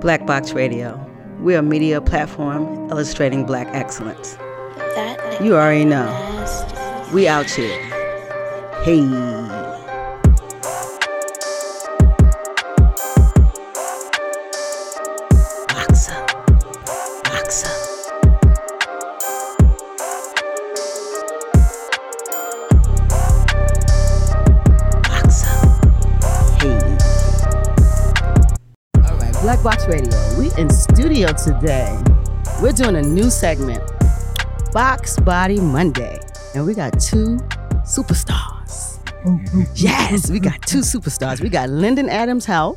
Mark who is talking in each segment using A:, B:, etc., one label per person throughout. A: Black Box Radio. We're a media platform illustrating black excellence.
B: That
A: You already know.
B: nasty.
A: We out here. Hey. Boxer. Boxer. Boxer. Hey.
C: All right, Black Box Radio. We in studio today. We're doing a new segment, Box Body Monday, and we got two superstars. yes, we got two superstars. We got Lyndon Adams Howe,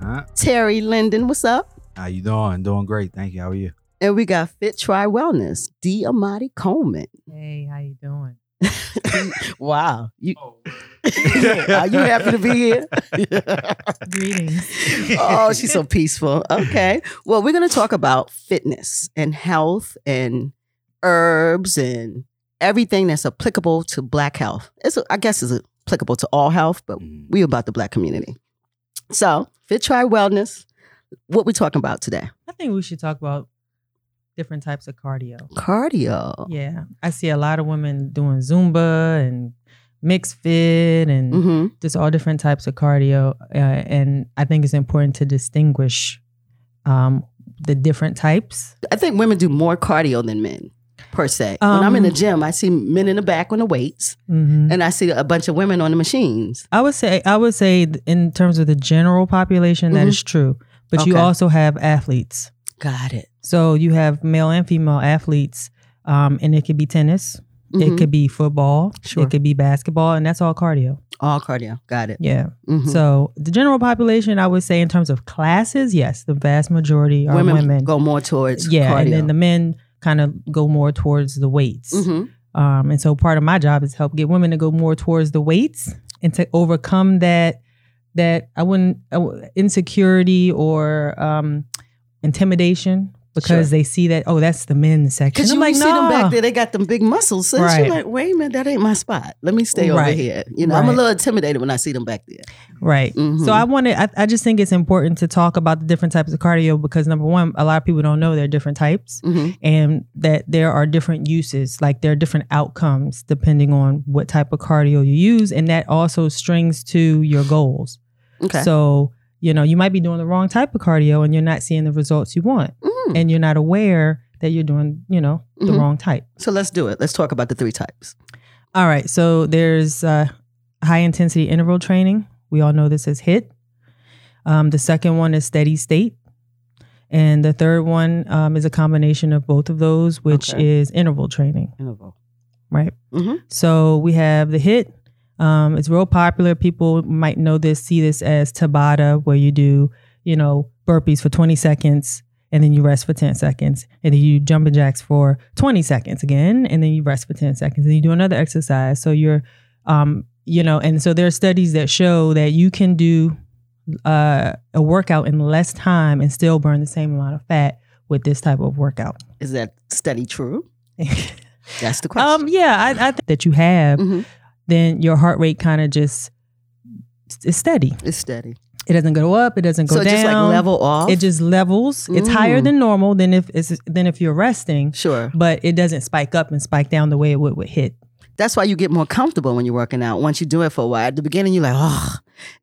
D: Huh?
C: Terry Lyndon, what's up?
D: How you doing? Doing great. Thank you. How are you?
C: And we got Fit Try Wellness, D. Amati Coleman.
E: Hey, how you doing?
C: Wow, you are you happy to be here?
E: Greetings.
C: oh, she's so peaceful. Okay. Well, we're going to talk about fitness and health and herbs and everything that's applicable to black health. It's, I guess it's applicable to all health, but
D: Mm.
C: we about the black community. So, Fit Try Wellness, what we talking about today?
E: I think we should talk about different types of cardio.
C: Cardio.
E: Yeah, I see a lot of women doing Zumba and mixed fit and
C: hmm
E: just all different types of cardio. Uh, and I think it's important to distinguish um, the different types.
C: I think women do more cardio than men, per se. when I'm in the
E: Um,
C: gym, I see men in the back on the weights,
E: Mhm.
C: and I see a bunch of women on the machines.
E: I would say I would say th- in terms of the general population, that
C: Mhm.
E: is true. But you
C: Okay.
E: also have athletes.
C: Got it.
E: So you have male and female athletes, um, and it could be tennis,
C: Mhm.
E: It could be football.
C: Sure.
E: It could be basketball, and that's all cardio.
C: All cardio. Got it.
E: Yeah.
C: Mhm.
E: So the general population, I would say, in terms of classes, yes, the vast majority are
C: women,
E: women.
C: go more towards
E: yeah,
C: cardio.
E: and then the men kind of go more towards the weights.
C: Mhm.
E: Um, and so part of my job is help get women to go more towards the weights and to overcome that that I wouldn't I w- insecurity or um, intimidation because they see that oh that's the men's section.
C: Cause
E: I'm
C: you
E: like
C: see them
E: "Nah."
C: back there, they got them big muscles. So
E: Right.
C: you're like, wait a minute, that ain't my spot. Let me stay over
E: Right.
C: here. You know, I'm a
E: Right.
C: little intimidated when I see them back there.
E: Right.
C: Mhm.
E: So I wanted, I, I just think it's important to talk about the different types of cardio because number one, a lot of people don't know there are different types
C: Mhm.
E: and that there are different uses, like there are different outcomes depending on what type of cardio you use. And that also strings to your goals.
C: Okay.
E: So, you know, you might be doing the wrong type of cardio and you're not seeing the results you want
C: Mm.
E: and you're not aware that you're doing, you know, the
C: Mhm.
E: wrong type.
C: so let's do it. Let's talk about the three types.
E: All right. So there's uh, high intensity interval training. We all know this as HIT. Um, the second one is steady state. And the third one um, is a combination of both of those, which
C: Okay.
E: is interval training,
C: Interval.
E: right?
C: Mhm.
E: So we have the HIT. Um, it's real popular. People might know this, see this as Tabata, where you do, you know, burpees for 20 seconds and then you rest for 10 seconds. And then you jumping jacks for 20 seconds again. And then you rest for 10 seconds and you do another exercise. So you're, um, you know, and so there are studies that show that you can do uh, a workout in less time and still burn the same amount of fat with this type of workout.
C: Is that study true? That's the question.
E: um, yeah, I, I think that you have,
C: Mhm.
E: then your heart rate kind of just is steady.
C: it's steady.
E: It doesn't go up. It doesn't go
C: So
E: down.
C: just like level off.
E: It just levels. It's higher
C: Mm.
E: than normal than if it's, than if you're resting,
C: sure.
E: but it doesn't spike up and spike down the way it would with hit.
C: That's why you get more comfortable when you're working out. Once you do it for a while, at the beginning you're like, oh,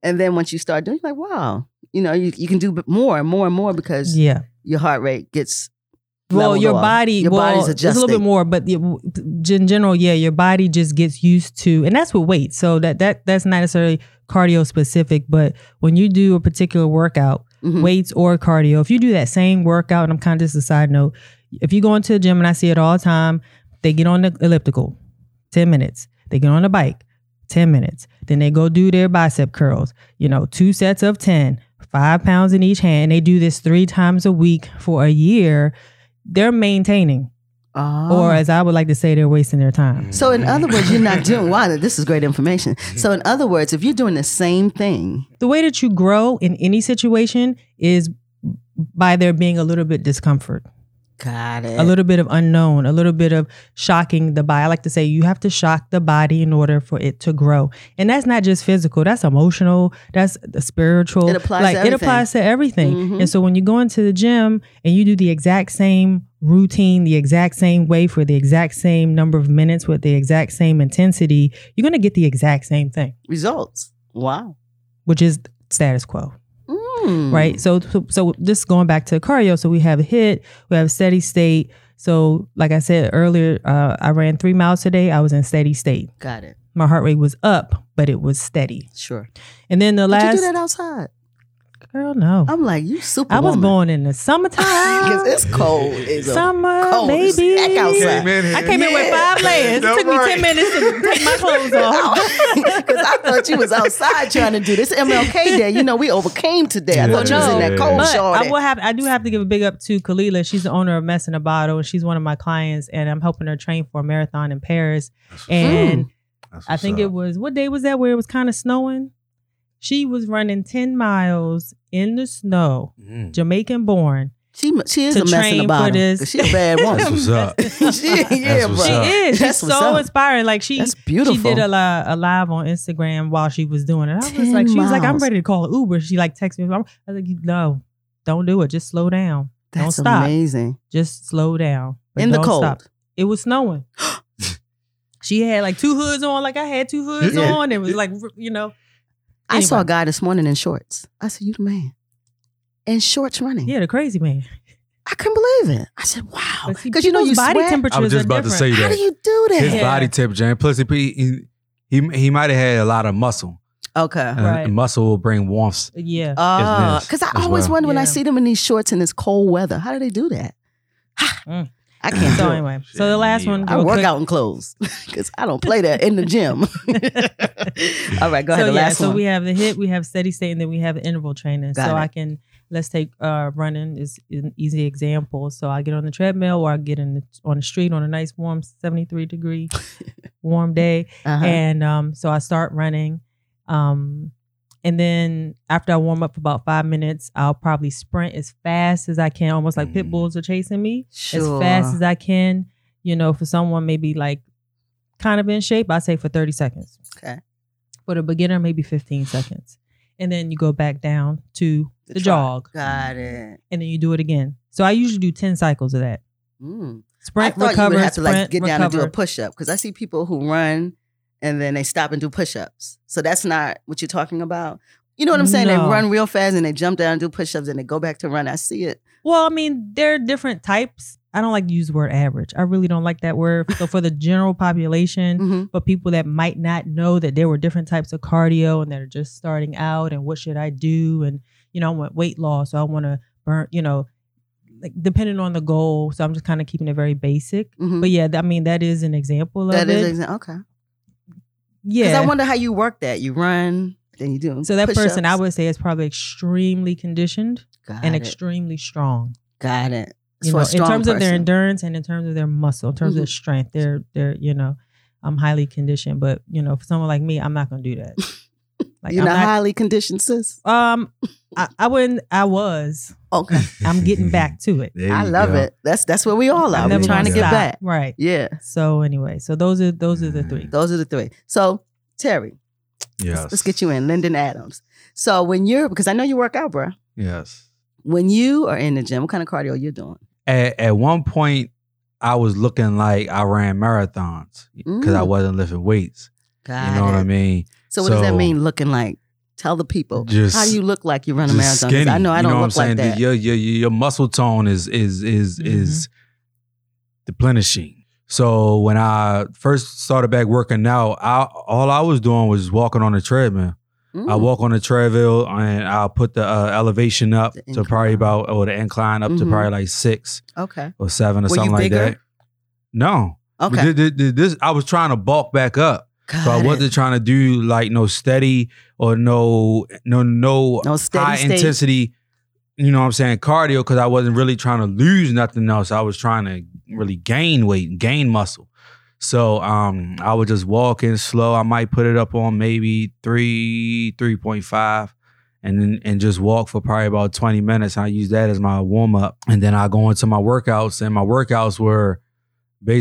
C: and then once you start doing, it, you're like, wow, you know, you, you can do b- more and more and more because
E: Yeah.
C: your heart rate gets
E: well
C: leveled
E: your
C: off.
E: body
C: Your
E: well,
C: body's
E: it's a little bit
C: adjusting.
E: more but the- in general yeah your body just gets used to and that's with weight so that that that's not necessarily cardio specific but when you do a particular workout
C: Mhm.
E: weights or cardio if you do that same workout and i'm kind of just a side note if you go into the gym and i see it all the time they get on the elliptical 10 minutes they get on the bike 10 minutes then they go do their bicep curls you know two sets of 10 five pounds in each hand and they do this three times a week for a year they're maintaining, or as I would like to say, they're wasting their time.
C: Ah. So in other words, you're not doing wow, this is great information. So in other words, if you're doing the same thing,
E: The way that you grow in any situation is by there being a little bit discomfort.
C: Got it.
E: a little bit of unknown, a little bit of shocking the body. I like to say you have to shock the body in order for it to grow, and that's not just physical. That's emotional. That's spiritual.
C: It applies to
E: Like it
C: everything.
E: applies to everything.
C: Mhm.
E: And so when you go into the gym and you do the exact same routine, the exact same way for the exact same number of minutes with the exact same intensity, you're gonna get the exact same thing,
C: results. Wow.
E: which is status quo
C: Mm.
E: right? So, so, so just going back to cardio, so we have hit, we have steady state. So, like I said earlier, uh, I ran three miles today. I was in steady state.
C: Mm, Got it.
E: My heart rate was up, but it was steady.
C: Sure.
E: And then the
C: But you
E: last
C: do that outside.
E: girl, no,
C: I'm like, you super.
E: I was born in the summertime.
C: Because it's cold. It's a-
E: Summer,
C: cold as
E: baby.
C: heck outside.
E: I came in with five layers.
D: No
E: it took me
D: right.
E: ten minutes to take my clothes off.
C: Because I thought you was outside trying to do this MLK day. You know, we overcame today. I thought you was in that cold
E: But
C: shower.
E: I will have I do have to give a big up to Kalila. She's the owner of Mess in a Bottle, and she's one of my clients. And I'm helping her train for a marathon in Paris.
C: Mm.
E: And I think it was what day was that where it was kind of snowing. She was running ten miles in the snow,
D: Mm.
E: Jamaican born.
C: she she is
E: to
C: a mess
E: train
C: in
E: for
C: the bottom.
E: this.
C: 'cause She a bad
D: That's
C: woman.
D: what's up.
C: she, yeah,
D: what's
E: She
D: up.
C: but
E: is. She's
C: That's what's
E: so
C: up.
E: inspiring. Like she
C: that's beautiful.
E: she did a, li- a live on Instagram while she was doing it. I was
C: 10
E: like, she was like, I'm
C: miles.
E: ready to call an Uber. She like texted me. I was like, no, don't do it. Just slow down.
C: that's
E: don't stop.
C: amazing.
E: Just slow down. But
C: in the
E: don't
C: cold.
E: stop. It was snowing. she had like two hoods on. Like I had two hoods
D: Yeah.
E: on. It was like you know.
C: I saw a
E: Anyway.
C: guy this morning in shorts. I said, "You the man." In shorts running.
E: Yeah, the crazy man.
C: I couldn't believe it. I said, "Wow!"
E: But see,
C: Because you know
E: people's
C: you
E: body
C: sweat.
E: temperatures
D: I was just
E: are
D: about to
E: different.
D: say
C: How
D: that.
C: do you do
D: His
C: that?
E: Yeah.
D: body temperature, and plus, he he he, he might have had a lot of muscle.
C: Okay.
D: And
E: Right.
D: muscle will bring warmth.
E: Yeah.
C: Oh,
D: this
C: because I
D: as
C: always
D: well.
C: wonder when I
E: Yeah.
C: see them in these shorts in this cold weather, how do they do that? Ha!
E: Mm.
C: I can't.
E: So
C: do it.
E: anyway, so the last one.
C: I
E: real
C: work
E: quick.
C: out in clothes because I don't play that in the gym. All right, go
E: so
C: ahead. the
E: yeah,
C: last
E: so
C: one.
E: we have the hit, we have steady state, and then we have the interval training.
C: Got
E: so
C: it.
E: I can let's take uh, running is an easy example. So I get on the treadmill, or I get in the, on the street on a nice warm seventy three degree warm day,
C: uh-huh.
E: and um, so I start running, um, and then after I warm up for about five minutes, I'll probably sprint as fast as I can, almost like pit
D: Mm.
E: bulls are chasing me
C: Sure.
E: as fast as I can. You know, for someone maybe like kind of in shape, I say for 30 seconds.
C: Okay.
E: For the beginner, maybe 15 seconds. And then you go back down to the,
C: The trot.
E: jog
C: Got it.
E: and then you do it again. So I usually do 10 cycles of that.
C: Mm. I
E: Sprint,
C: thought
E: recover,
C: you would have to
E: sprint,
C: like get down
E: recover.
C: and do a push up because I see people who run and then they stop and do push ups. So that's not what you're talking about. You know what I'm saying? They
E: No.
C: run real fast and they jump down and do push ups and they go back to run. I see it.
E: well, I mean, there are different types. I don't like to use the word average. I really don't like that word. So for the general population,
C: Mm-hmm.
E: but people that might not know that there were different types of cardio and that are just starting out and what should I do and you know I want weight loss so I want to burn you know like depending on the goal so I'm just kind of keeping it very basic
C: Mm-hmm.
E: but yeah th- I mean that is an example
C: That
E: of
C: is
E: it
C: exa- okay. Because
E: yeah
C: I wonder how you work that. You run, then you do.
E: so that
C: push-ups.
E: person I would say is probably extremely conditioned
C: got
E: and
C: it.
E: extremely strong
C: got it.
E: you
C: For
E: know
C: a
E: in
C: strong
E: terms of their
C: person. Mm-hmm.
E: endurance and in terms of their muscle in terms of their strength they're they're you know I'm highly conditioned but you know for someone like me I'm not gonna do that like
C: You're
E: I'm
C: not
E: not
C: highly conditioned, sis.
E: Um, I, I wouldn't. I was.
C: Okay,
E: I'm getting back to it.
D: There
C: I
D: you
C: love
D: go.
C: it. That's that's where we all
D: I
C: are.
D: never
C: We're trying to
D: gonna
C: get
E: stop.
C: back.
E: Right.
C: Yeah,
E: So anyway, so those are those are the
D: Mm.
E: three.
C: those are the three. So Terry,
D: Yes.
C: let's get you in. Lyndon Adams. So when you're because I know you work out, bruh.
D: Yes.
C: When you are in the gym, what kind of cardio you're doing?
D: At, at one point, I was looking like I ran marathons because I
C: Mm.
D: wasn't lifting weights.
C: Got
D: you know what I mean?
C: So what does that
D: So-
C: mean? Looking like? Tell the people
D: Just
C: how do you look like you run a
D: just
C: marathon. 'Cause
D: skinny.
C: I know I
D: you
C: don't
D: know what I'm
C: look like
D: saying?
C: that. Mm-hmm.
D: Your, your your your muscle tone is is is is deplenishing. So when I first started back working out, I all I was doing was walking on the treadmill. I
C: Mm.
D: walk on the treadmill and I'll put the uh, elevation up
C: The
D: to probably
C: incline.
D: about or the incline up
C: Mhm.
D: to probably like six
C: Okay.
D: or seven or
C: Were you
D: something like
C: bigger?
D: that. No, But
C: Okay.
D: thi- thi- thi- this I was trying to bulk back up,
C: Got
D: so I
C: it.
D: wasn't trying to do like no steady or no no no,
C: no steady
D: high
C: state.
D: intensity. You know what I'm saying cardio because I wasn't really trying to lose nothing else. I was trying to really gain weight, and gain muscle. So um, I was just walking slow. I might put it up on maybe three three point five, and then and just walk for probably about 20 minutes. I use that as my warm up. And then I go into my workouts, and my workouts were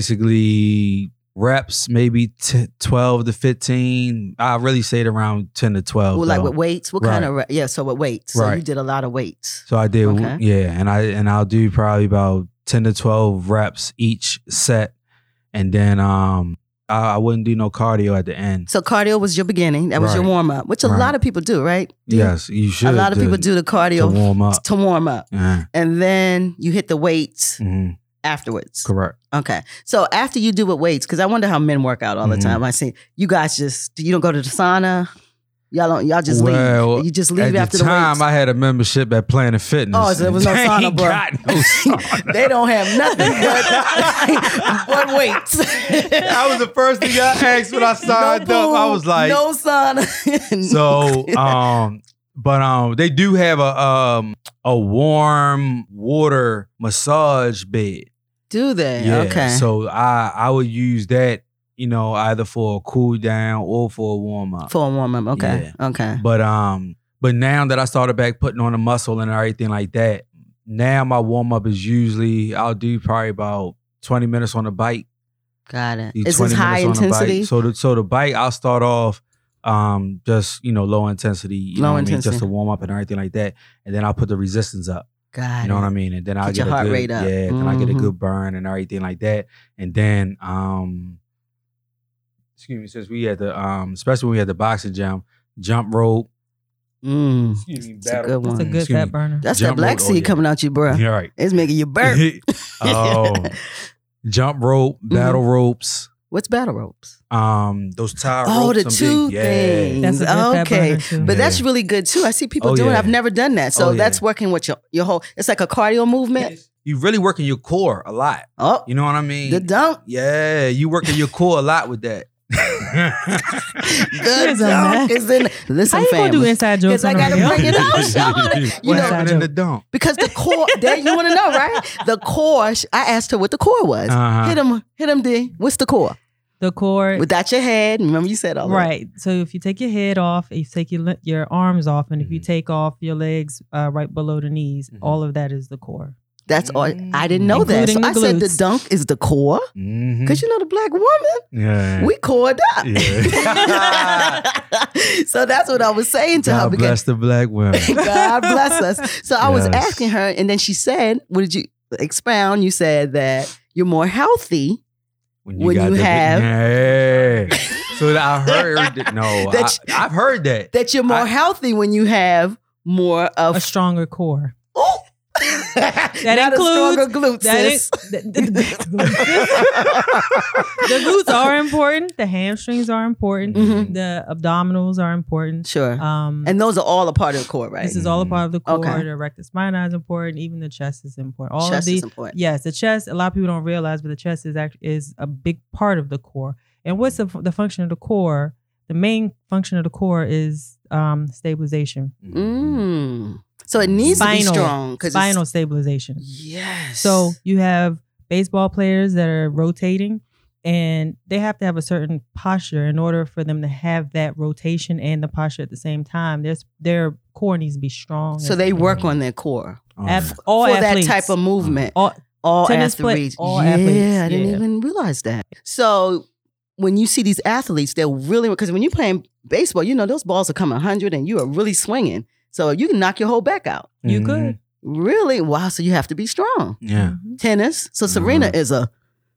D: basically reps, maybe t- 12 to 15. I really stayed around 10 to 12.
C: Well, like
D: though.
C: with weights, what kind of re- yeah? So with weights, so you
D: Right.
C: did a lot of weights.
D: So I did,
C: Okay.
D: yeah, and I and I'll do probably about ten to twelve reps each set, and then um I, I wouldn't do no cardio at the end.
C: So cardio was your beginning. That was your
D: Mm. Right.
C: warm up, which a
D: Right.
C: lot of people do, right? Do you-
D: yes, you should.
C: a lot of
D: to-
C: people do the
D: to
C: cardio
D: warm up.
C: to warm up,
D: Yeah.
C: and then you hit the weights
D: hmm
C: afterwards.
D: Correct.
C: Okay, so after you do with weights, because I wonder how men work out all the
D: Mhm.
C: time. I see you guys just you don't go to the sauna. Y'all don't. Y'all just
D: Well,
C: leave. You just leave
D: at
C: after
D: the time,
C: weights.
D: I had a membership at Planet Fitness.
C: Oh, so there was no
D: They
C: sauna,
D: ain't
C: bro.
D: got no sauna.
C: they don't have nothing but, but weights.
D: that was the first thing I asked when I signed up. I
C: pool,
D: was like,
C: no sauna.
D: so um but um they do have a um a warm water massage bed
C: do they? Eh, okay.
D: so i i would use that you know either for a cool down or for a warm up
C: for a warm up. Okay. Okay.
D: but um but now that i started back putting on the muscle and everything like that now my warm up is usually i'll do probably about 20 minutes on the bike
C: Got it.
D: do
C: Is this high
D: minutes on the bike.
C: intensity?
D: So the so the bike, I'll start off um just you know low intensity, you
C: Low
D: know what I mean?
C: intensity.
D: just to warm up and everything like that, and then I'll put the resistance up.
C: Got
D: You know what I mean? And then I'll
C: Get
D: get,
C: your
D: a
C: heart
D: good,
C: rate up.
D: Yeah, then I get a
C: Mhm.
D: good burn and everything like that, and then um. Excuse me, since we had the um, especially when we had the boxing gym, jump rope.
C: it. Mm.
D: Excuse me,
C: It's a good
E: That's a
C: one.
E: good
D: Excuse
E: fat
D: me.
E: burner.
C: That's that
D: Jump
C: black
D: rope, oh,
C: seed
D: yeah.
C: coming out you, bruh.
D: You're right.
C: It's making you burp.
D: oh, jump rope,
C: Mm-hmm.
D: battle ropes,
C: What's battle ropes?
D: um, those tie
C: Oh,
D: ropes.
C: the two
D: them big- yeah.
C: things.
E: That's a good fat
C: Okay.
E: burner too.
C: But that's
D: Yeah.
C: really good too. I see people
D: Oh,
C: doing. it.
D: yeah.
C: I've never done that, so
D: Oh, yeah.
C: that's working with your your whole. It's like a cardio movement.
D: You really working your core a lot.
C: Oh,
D: You know what I mean?
C: the dump.
D: yeah, you working your core a lot with that.
C: The
E: There's a mess.
C: dump is in. Listen,
E: How you gonna do
C: family.
E: inside jokes?
C: Because I
E: on the
C: gotta
E: radio?
C: bring it up, Shauna. You
D: what
C: know-
D: happened in the dump?
C: Because the core, that you want to know, right? The core. sh- I asked her what the core was.
D: Uh-huh.
C: Hit him, hit him, D. What's the core?
E: The core.
C: Without your head. Remember you said all that.
E: Right. So if you take your head off, if you take your le- your arms off, and if
C: Mm-hmm.
E: you
D: Mhm.
E: take off your legs uh, right below the knees,
D: Mhm.
E: all of that is the core.
C: That's all. I didn't know that. So
E: Including
C: I
E: the
C: said the
E: glutes.
C: dunk is the core.
D: Mhm.
C: Because you know the black woman,
D: yeah.
C: we cored up.
D: Yeah.
C: so that's what I was saying to her
D: God
C: because
D: bless the black women.
C: God bless us. So I was
D: Yes.
C: asking her, and then she said, What did you expound? You said that you're more healthy.
D: When
C: When you
D: the-
C: have-
D: yeah. So that I heard that, no,
C: That
D: I, I've heard that.
C: That you're more
D: I-
C: healthy when you have more of
E: A stronger core.
C: Oh, that Not
E: includes-
C: a stronger glutes.
E: That
C: sis.
E: is.
C: Mm.
E: the glutes are important. The hamstrings are important.
D: Mhm.
E: The abdominals are important.
C: Mm-hmm. sure.
E: Um,
C: and those are all a part of the core, right? Mm-hmm.
E: this is all a part of the core.
C: Okay.
E: The rectus minor is important. Even the chest is important. All
C: Chest
E: of
C: is
E: these.
C: important.
E: Yes, the chest. A lot of people don't realize, but the chest is act- is a big part of the core. And what's the, f- the function of the core? The main function of the core is um, stabilization,
D: Mm-hmm.
C: Mm. So it needs to be
E: Spinal.
C: strong because
E: spinal stabilization.
C: Mm, Yes.
E: So you have baseball players that are rotating, and they have to have a certain posture in order for them to have that rotation and the posture at the same time. Their their core needs to be strong.
C: so they work on their core
D: Oh,
E: Ab- all
C: for
E: athletes.
C: that type of movement.
E: All-
C: All
E: tennis play-
C: athletes.
E: all
C: yeah,
E: athletes,
C: I didn't
E: yeah.
C: even realize that. So when you see these athletes, they're really because when you're playing baseball, you know those balls are coming hundred and you are really swinging. So you can knock your whole back out.
E: you
D: mhm.
E: could.
C: Really? Wow. So you have to be strong.
D: Yeah.
E: Mm-hmm.
C: tennis. So Serena
D: Mhm.
C: is a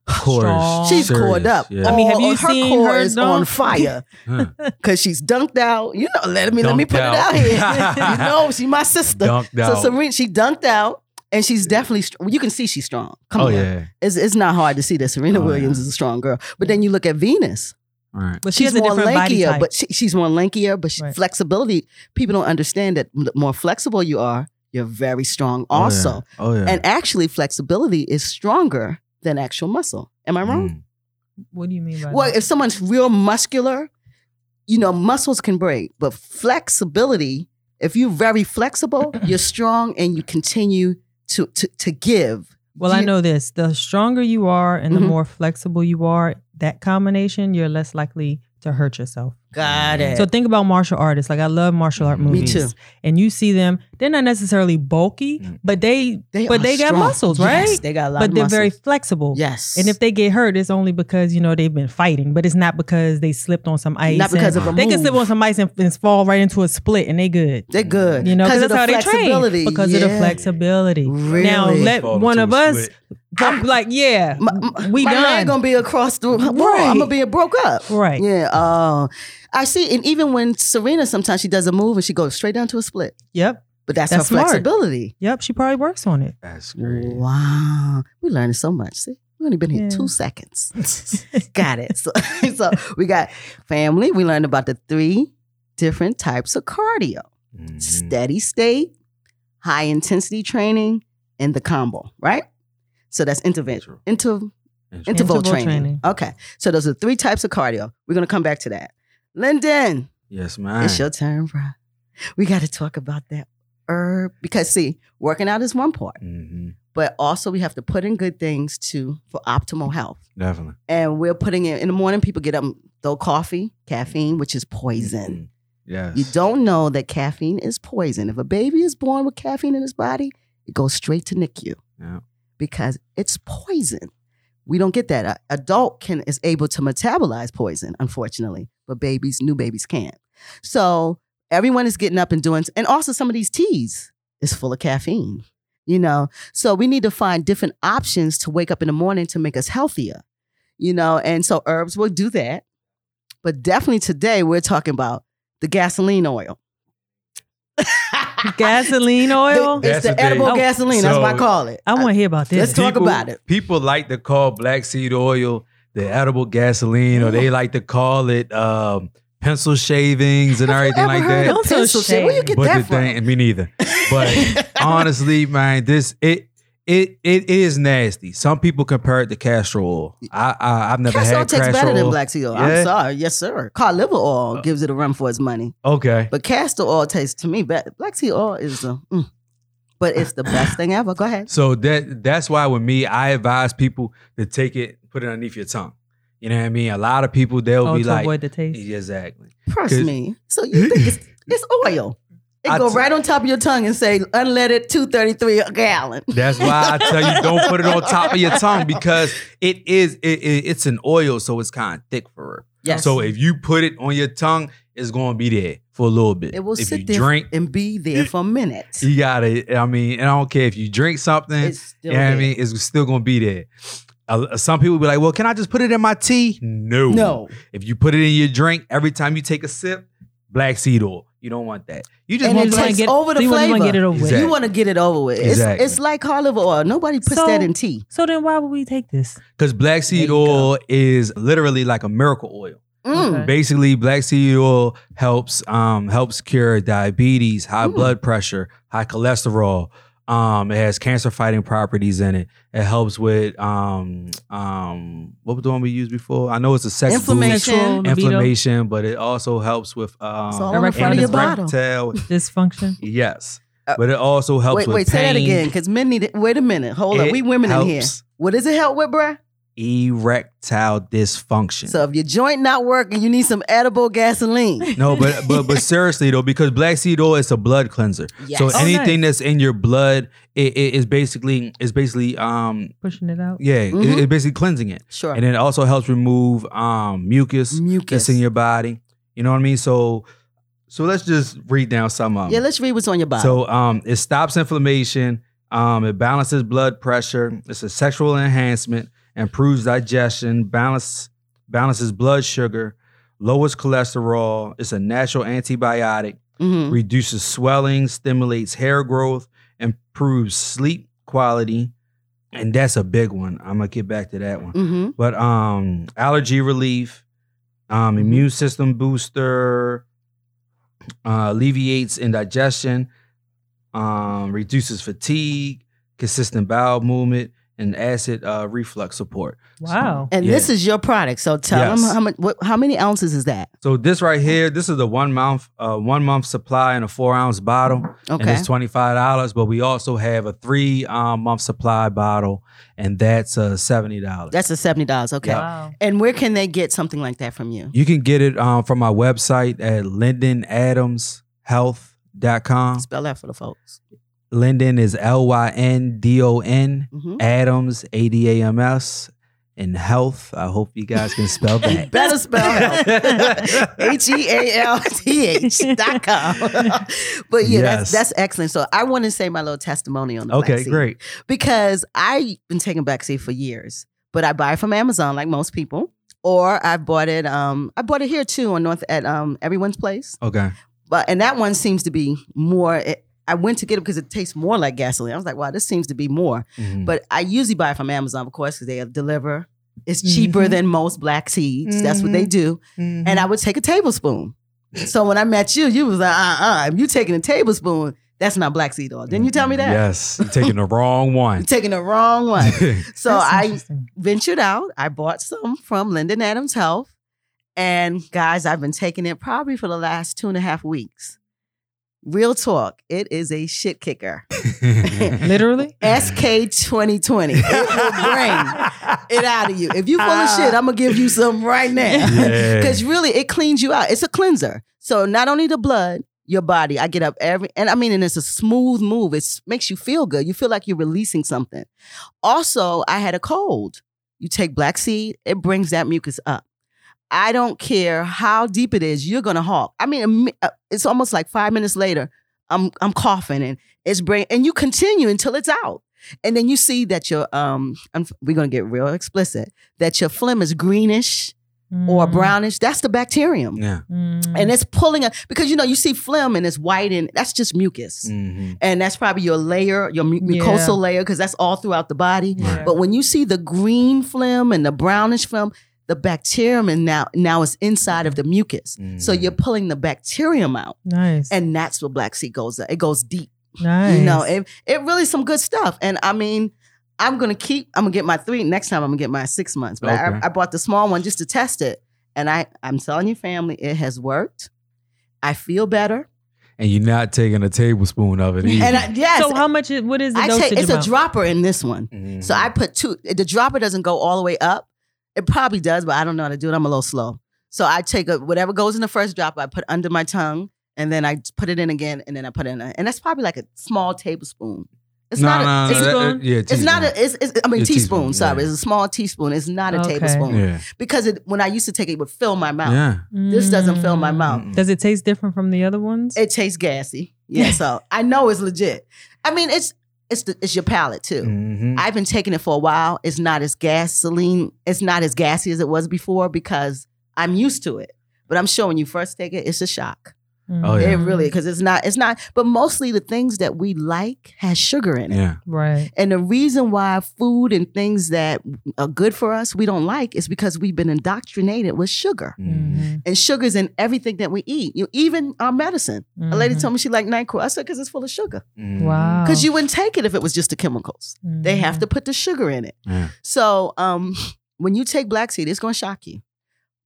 D: Core is
C: she's
D: serious,
C: cored up.
D: Yeah.
E: Oh. I mean, have you
C: her
E: seen
C: core
E: her
C: is
E: dunk?
C: on fire
D: Huh.
C: because she's dunked out. You know, let me let me
D: Dunked
C: put
D: out.
C: it out here. you know, she's my sister.
D: Dunked
C: so
D: out.
C: Serena, she dunked out. And she's definitely strong. You can see she's strong. Come
D: oh,
C: on,
D: yeah.
C: it's, it's not hard to see that Serena
D: Oh, yeah.
C: Williams is a strong girl. But then you look at Venus;
D: All right.
E: But she
C: she's
E: has a
C: more
E: different body
C: lankier,
E: type.
C: but she, she's more lankier. But she,
E: Right.
C: flexibility. People don't understand that the more flexible you are, you're very strong.
D: Oh, yeah.
C: Also,
D: Oh, yeah.
C: and actually, flexibility is stronger than actual muscle. Am I wrong?
D: Mm.
E: what do you mean by that?
C: Well, if someone's real muscular, you know, muscles can break, but flexibility, if you're very flexible, you're strong and you continue to to, to give.
E: Well, I
C: You-
E: know this. The stronger you are and the
C: Mhm.
E: more flexible you are, that combination, you're less likely to hurt yourself.
C: Got it.
E: So think about martial artists. Like I love martial art
D: Me
C: Mm-hmm. me
E: movies.
C: too.
E: And you see them, they're not necessarily bulky,
D: Mm.
E: but they
C: They
E: But
C: are
E: they got
C: strong.
E: muscles,
C: Yes,
E: right?
C: they got a lot
E: but
C: of
E: they're very
C: muscles.
E: flexible.
C: yes.
E: And if they get hurt, it's only because, you know, they've been fighting, but it's not because they slipped on some ice.
C: not
E: and-
C: because of a
E: they
C: move,
E: can slip on some ice and, and fall right into a split and they good.
C: they're good.
E: You know, because
C: of
E: that's
C: the
E: how they
C: flexibility.
E: train. Because of the
C: Yeah.
E: flexibility.
C: Really?
E: Now let
D: Fall
E: one
D: into
E: of
D: a
E: us
D: split.
E: I'm like, yeah.
C: My, my-
E: We
C: my
E: done.
C: leg gonna be across the world. I'm gonna
E: Right.
C: be broke up.
E: Right.
C: Yeah. Oh, I see. And even when Serena, sometimes she does a move and she goes straight down to a split.
E: Yep.
C: But that's,
E: That's
C: her
E: smart.
C: flexibility.
E: Yep. She probably works on it.
D: That's great.
C: Wow. We learning so much. See, we only been here
E: Yeah.
C: two seconds. got it. So, so we got family. We learned about the three different types of cardio: Mm-hmm.
D: Mhm.
C: steady state, high intensity training, and the combo. Right. So that's intervention.
D: True.
C: Inter- interval,
E: Interval
C: training.
E: training.
C: Okay. So those are three types of cardio. We're gonna come back to that. Lyndon,
D: Yes, man.
C: it's your turn, bro. We gotta talk about that herb. Because see, working out is one part,
D: hmm
C: but also we have to put in good things to for optimal health.
D: Definitely.
C: And we're putting it in the morning, people get up and throw coffee, caffeine, which is
D: Mhm.
C: poison.
D: Yes.
C: You don't know that caffeine is poison. If a baby is born with caffeine in his body, it goes straight to NICU
D: Yeah.
C: because it's poison. We don't get that. A adult can is able to metabolize poison, unfortunately, but babies, new babies can't. So everyone is getting up and doing, and also some of these teas is full of caffeine. You know, so we need to find different options to wake up in the morning to make us healthier. You know, and so herbs will do that, but definitely today we're talking about the gasoline oil.
E: Gasoline oil.
C: The- it's
D: That's the
C: the
D: thing.
C: edible
E: Oh.
C: gasoline. That's what I
D: So-
C: call it.
E: I want to hear about
C: Let's
E: this.
C: talk about it.
D: People like to call black seed oil the edible gasoline, or they like to call it um, pencil shavings and
C: Have you
D: everything
C: ever
D: like
C: heard
D: that.
C: of
E: Pencil
C: pencil shit? Where you get
D: but
C: that
D: the
C: from?
D: thing, me neither. But honestly, man, this it it it is nasty. Some people compare it to castor oil. I, I I've never
C: Castor oil
D: had
C: tastes
D: castor
C: better
D: oil.
C: than black seed oil. I'm
D: Yeah.
C: sorry. Yes, sir. Cod liver oil gives it a run for its money.
D: Okay,
C: But castor oil tastes to me better. Black seed oil is uh, mm. but it's the best thing ever. Go ahead.
D: so that that's why with me, I advise people to take it, put it underneath your tongue. You know what I mean? A lot of people they'll
E: Oh,
D: be
E: to
D: like,
E: avoid the taste.
D: exactly.
C: Press
D: Good.
C: me. So you think it's, it's oil. It
D: I
C: go
D: t-
C: right on top of your tongue and say unleaded 233 a gallon.
D: That's why I tell you don't put it on top of your tongue because it is it, it- it's an oil, so it's kind of thick for her.
C: Yes.
D: So if you put it on your tongue, it's gonna be there for a little bit.
C: It will
D: if
C: sit
D: you
C: there
D: drink,
C: and be there for a minute.
D: you got it. I mean, and I don't care if you drink something.
C: It's still
D: You know what I
C: there.
D: mean? It's still gonna be there. Uh, some people be like, "Well, can I just put it in my tea?" No,
C: No.
D: If you put it in your drink, every time you take a sip, black seed oil. You don't want that. You just
C: And
D: want
C: it
D: black.
C: takes over the
E: so you wanna- you wanna
C: flavor.
E: get it over with.
D: Exactly.
C: You want to get it over with.
D: Exactly.
C: It's, it's like olive oil. Nobody puts
E: So-
C: that in tea.
E: So then why would we take this?
D: Because black seed
C: There you go.
D: oil is literally like a miracle oil.
C: Mm.
E: Okay.
D: Basically, black seed oil helps um, helps cure diabetes, high
C: Mm.
D: blood pressure, high cholesterol. Um, it has cancer fighting properties in it. It helps with um, um, what was the one we used before? I know it's a sex
C: Inflammation.
D: boost,
E: Sexual libido,
D: inflammation, but it also helps with
C: It's all
D: um,
C: in
E: Erectile
C: the front of your bottle.
D: erectile.
E: Dysfunction.
D: Yes,
C: Uh,
D: but it also helps
C: Wait,
D: with
C: wait,
D: pain.
C: say that again, because men need it. Wait a minute. Hold up.
D: It
C: We women in here.
D: helps.
C: What does it help with, bruh?
D: Erectile dysfunction.
C: So if your joint not working, you need some edible gasoline.
D: No, but but but seriously though, because black seed oil is a blood cleanser.
C: Yes.
D: So
C: Oh,
D: anything that's in your blood, it, it is basically it's basically um
E: Pushing it out.
D: yeah, it-
C: Mhm.
D: it's basically cleansing it,
C: Sure.
D: and it also helps remove um mucus,
C: Mucus.
D: that's in your body. You know what I mean? So so let's just read down some of them.
C: yeah, let's read what's on your body.
D: um, So um, it stops inflammation. Um, it balances blood pressure. It's a sexual enhancement. Improves digestion. Balance balances blood sugar. Lowers cholesterol. It's a natural antibiotic.
C: Mhm.
D: Reduces swelling. Stimulates hair growth. Improves sleep quality. And that's a big one. I'm gonna get back to that one.
C: Mhm.
D: But um, allergy relief,
C: Mm-hmm.
D: um, immune system booster, uh, alleviates indigestion, um, reduces fatigue, consistent bowel movement, and acid uh, reflux support.
E: Wow.
C: And
D: Yeah.
C: this is your product. So tell
D: Yes.
C: them how much. What, how many ounces is that?
D: So this right here, this is the one month uh, one month supply in a four ounce bottle, and
C: Okay.
D: it's twenty five dollars. But we also have a three um, month supply bottle, and that's uh, seventy dollars.
C: That's a seventy dollars. Okay.
E: Wow.
C: And where can they get something like that from you?
D: You can get it um, from my website at lindenadamshealth.com.
C: Spell that for the folks.
D: Linden is L Y N D O N.
C: hmm
D: Adams, A D A M S, and health. I hope you guys can spell that.
C: Better spell H E A L T H dot com. but yeah,
D: Yes.
C: that's that's excellent. So I want to say my little testimony on the black
D: okay,
C: seed.
D: great.
C: because I've been taking black seed for years, but I buy it from Amazon like most people, or I bought it. Um, I bought it here too on North at um everyone's place,
D: Okay.
C: but and that one seems to be more. It, I went to get it because it tastes more like gasoline. I was like, wow, this seems to be more.
D: Mhm.
C: But I usually buy it from Amazon, of course, because they deliver. It's cheaper
E: Mhm.
C: than most black seeds. That's what they do
E: Mhm.
C: Mm-hmm. and I would take a tablespoon. So when I met you, you was like, uh uh if you taking a tablespoon, that's not black seed oil. Didn't you tell me that?
D: Yes, you're taking the wrong
C: You're
D: one.
C: taking the wrong one.
D: okay.
C: So
E: That's
C: I
E: interesting.
C: ventured out. I bought some from Lyndon Adams Health. And guys, I've been taking it probably for the last two and a half weeks. Real talk, it is a shit kicker.
E: literally.
C: SK 2020. It will bring it out of you. If you full of shit, I'm gonna give you some right now.
D: Yeah.
C: Because really, it cleans you out. It's a cleanser. So not only the blood, your body. I get up every, and I mean, and it's a smooth move. It makes you feel good. You feel like you're releasing something. Also, I had a cold. You take black seed, it brings that mucus up. I don't care how deep it is, you're gonna hawk. I mean, imme- uh, it's almost like five minutes later, I'm I'm coughing and it's brain, and you continue until it's out. And then you see that your um, I'm, we're gonna get real explicit that your phlegm is greenish or
E: Mm.
C: brownish. That's the bacterium,
D: Yeah.
E: Mm.
C: and it's pulling up because you know you see phlegm and it's white and that's just mucus,
D: Mhm.
C: and that's probably your layer, your mu-
E: Yeah.
C: mucosal layer, because that's all throughout the body.
E: Yeah.
C: But when you see the green phlegm and the brownish phlegm, the bacterium and now now it's inside of the mucus. So
D: Mm.
C: you're pulling the bacterium out,
E: nice.
C: and that's where black seed goes. It goes deep.
E: nice.
C: You know, it it really some good stuff. And I mean, I'm gonna keep. I'm gonna get my three next time. I'm gonna get my six months. But
D: Okay.
C: I, I bought the small one just to test it. And I I'm telling you, family, it has worked. I feel better.
D: And you're not taking a tablespoon of it either.
C: And I, yes,
E: so how much? Is, what is the
C: I
E: dosage
C: take it's
E: amount?
C: a dropper in this one.
D: Mhm.
C: So I put two. The dropper doesn't go all the way up. It probably does, but I don't know how to do it. I'm a little slow. So I take a, whatever goes in the first drop. I put under my tongue, and then I put it in again, and then I put it in, a- and that's probably like a small tablespoon. It's
D: No,
C: not.
D: no,
C: a,
D: no,
C: it's,
D: that-
E: teaspoon?
D: uh, yeah,
C: it's not
D: teaspoon.
C: a. It's, it's, I mean
D: Yeah,
C: teaspoon.
D: teaspoon,
C: Sorry,
D: yeah.
C: it's a small teaspoon. It's not a
E: Okay.
C: tablespoon
D: Yeah.
C: because it, when I used to take it, it would fill my mouth.
D: Yeah.
C: This doesn't fill my
E: Mm.
C: mouth.
D: Mm-mm.
E: Does it taste different from the other ones?
C: It tastes gassy. Yeah, so I know it's legit. I mean, it's it's the, it's your palate too.
D: Mhm.
C: I've been taking it for a while. It's not as gasoline. It's not as gassy as it was before because I'm used to it. But I'm sure when you first take it, it's a shock.
E: Mm.
D: Oh, yeah.
C: It really because it's not. It's not. But mostly the things that we like has sugar in it.
D: Yeah.
E: Right.
C: And the reason why food and things that are good for us we don't like is because we've been indoctrinated with sugar.
D: Mhm.
C: And sugar's in everything that we eat. You even our medicine. A lady
E: Mhm.
C: told me she liked Nyquil. I said because it's full of sugar.
D: Mhm.
E: Wow. Mm-hmm.
C: Because you wouldn't take it if it was just the chemicals. They have to put the sugar in it.
D: Yeah.
C: So um, when you take black seed, it's going to shock you.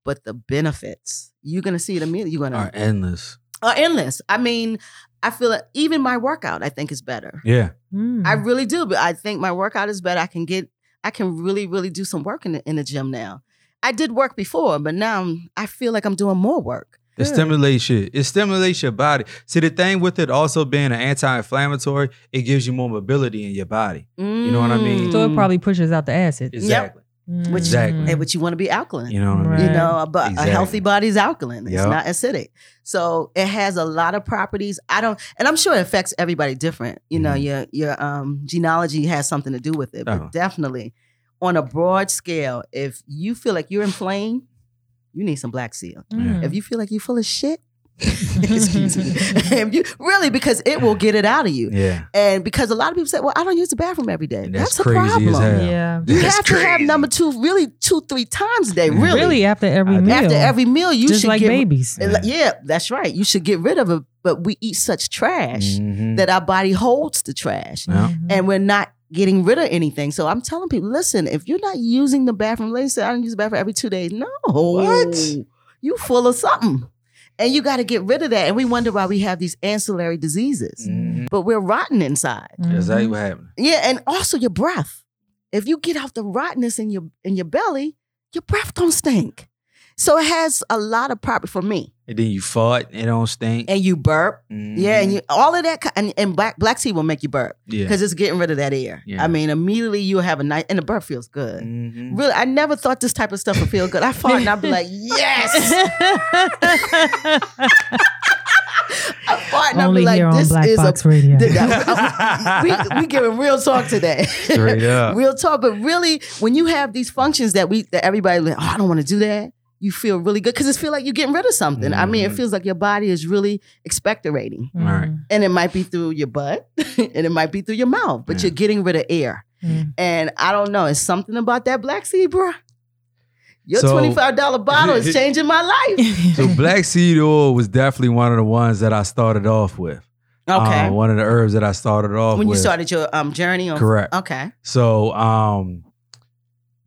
C: But the benefits, you're going to see it immediately. You're going
D: Are
C: to,
D: endless.
C: are endless. I mean, I feel like even my workout, I think, is better.
D: Yeah.
E: Mm.
C: I really do. But I think my workout is better. I can get, I can really, really do some work in the, in the gym now. I did work before, but now I'm, I feel like I'm doing more work.
D: It
E: Good.
D: stimulates you. It stimulates your body. See, the thing with it also being an anti-inflammatory, it gives you more mobility in your body. know what I mean?
E: So it
C: Mm.
E: probably pushes out the acid.
D: Exactly.
E: Mm.
C: Which-
D: Exactly.
C: And but you want to be alkaline.
D: You know what I
E: Right.
D: mean?
C: You know, but
D: Exactly.
C: a healthy body is alkaline. It's
D: Yep.
C: not acidic. So it has a lot of properties. I don't, and I'm sure it affects everybody different. You know,
D: Mhm.
C: your your um, genealogy has something to do with it,
D: Oh.
C: but definitely on a broad scale, if you feel like you're inflamed, you need some black seal.
E: Mm.
C: If you feel like you're full of shit, excuse me, if you, really because it will get it out of you.
D: Yeah.
C: And because a lot of people say, "Well, I don't use the bathroom every day."
D: And that's
C: a
D: crazy as
C: problem.
D: hell.
E: yeah.
C: You
D: That's
C: have to have
D: crazy.
C: number two, really two, three times a day.
D: Mhm.
C: Really,
E: Really, after every
D: I-
E: meal.
C: after every meal, you
E: just
C: should
E: like
C: get
E: babies.
C: Yeah. that's right. You should get rid of it. But we eat such trash
D: Mhm.
C: that our body holds the trash,
D: Yeah.
E: Mhm.
C: Mm-hmm. and we're not getting rid of anything. So I'm telling people, listen, if you're not using the bathroom, ladies say I don't use the bathroom every two days. No.
D: What?
C: You full of something. And you got to get rid of that. And we wonder why we have these ancillary diseases.
D: Mhm.
C: But we're rotten inside.
E: Mm-hmm.
D: Exactly what happened.
C: Yeah, and also your breath. If you get off the rottenness in your in your belly, your breath don't stink. So it has a lot of property for me.
D: And then you fought. It don't stink.
C: And you burp. Mm-hmm.
D: Mhm.
C: Yeah, and you all of that ki- and, and black black tea will make you burp
D: yeah.
C: because it's getting rid of that air.
D: Yeah.
C: I mean, immediately you'll have a night, and the burp feels good.
D: Mhm.
C: Really, I never thought this type of stuff would feel good. I fart and I'd be like, yes. I fart and I'd
E: Only
C: be
E: here
C: like,
E: on
C: this
E: Black
C: is
E: Box
C: a.
E: Radio.
C: we, we giving real talk today.
D: Straight up.
C: real talk. But really, when you have these functions that we that everybody like, oh, I don't want to do that. You feel really good because it feels like you're getting rid of something. I mean, it
D: Mhm.
C: feels like your body is really expectorating,
E: Mm.
D: All right.
C: and it might be through your butt, and it might be through your mouth, but
D: Yeah.
C: you're getting rid of air.
E: Mm.
C: And I don't know, it's something about that black seed, bruh. Your
D: So-
C: twenty five dollar bottle is changing my life.
D: So black seed oil was definitely one of the ones that I started off with.
C: Okay,
D: Uh, one of the herbs that I started off
C: when you
D: with.
C: started your um journey, on,
D: Correct.
C: Okay,
D: So um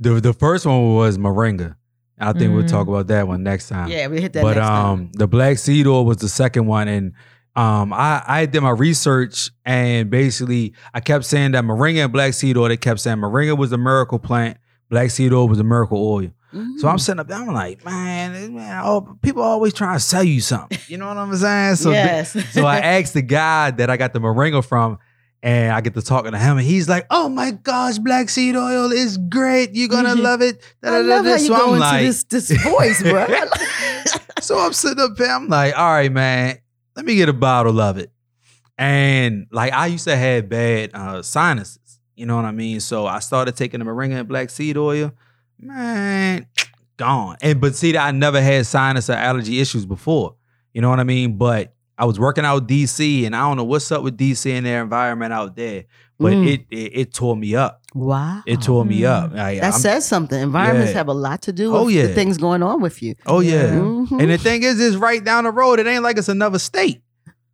D: the the first one was moringa. I think we'll
E: Mhm.
D: talk about that one next time.
C: yeah, we hit that.
D: but
C: next time.
D: um the black seed oil was the second one and um I I did my research and basically I kept saying that moringa and black seed oil they kept saying moringa was a miracle plant, black seed oil was a miracle oil.
C: Mm-hmm.
D: So I'm sitting up there, I'm like, man, eh, man oh, people always trying to sell you something. You know what I'm saying? So th-
C: yes.
D: so I asked the guy that I got the moringa from, and I get to talking to him, and he's like, "Oh my gosh, black seed oil is great. You're gonna love it."
C: Mm-hmm. I love how
D: Da-da-da-da.
C: you
D: So
C: go
D: I'm
C: into
D: like,
C: this this voice, bro.
D: so I'm sitting up there, I'm like, "All right, man, let me get a bottle of it." And like I used to have bad uh, sinuses, you know what I mean. So I started taking the moringa and black seed oil, man, gone. And but see, I never had sinus or allergy issues before, you know what I mean. But I was working out DC, and I don't know what's up with DC and their environment out there, but
C: Mm.
D: it, it it tore me up.
C: wow.
D: It tore me
E: Mm.
D: up. Like,
C: that
D: I'm-
C: says something. Environments
D: Yeah.
C: have a lot to do with
D: Oh,
C: the
D: yeah.
C: things going on with you.
D: oh yeah.
E: Yeah.
C: Mhm.
E: Mm-hmm.
D: And the thing is, it's right down the road. It ain't like it's another state.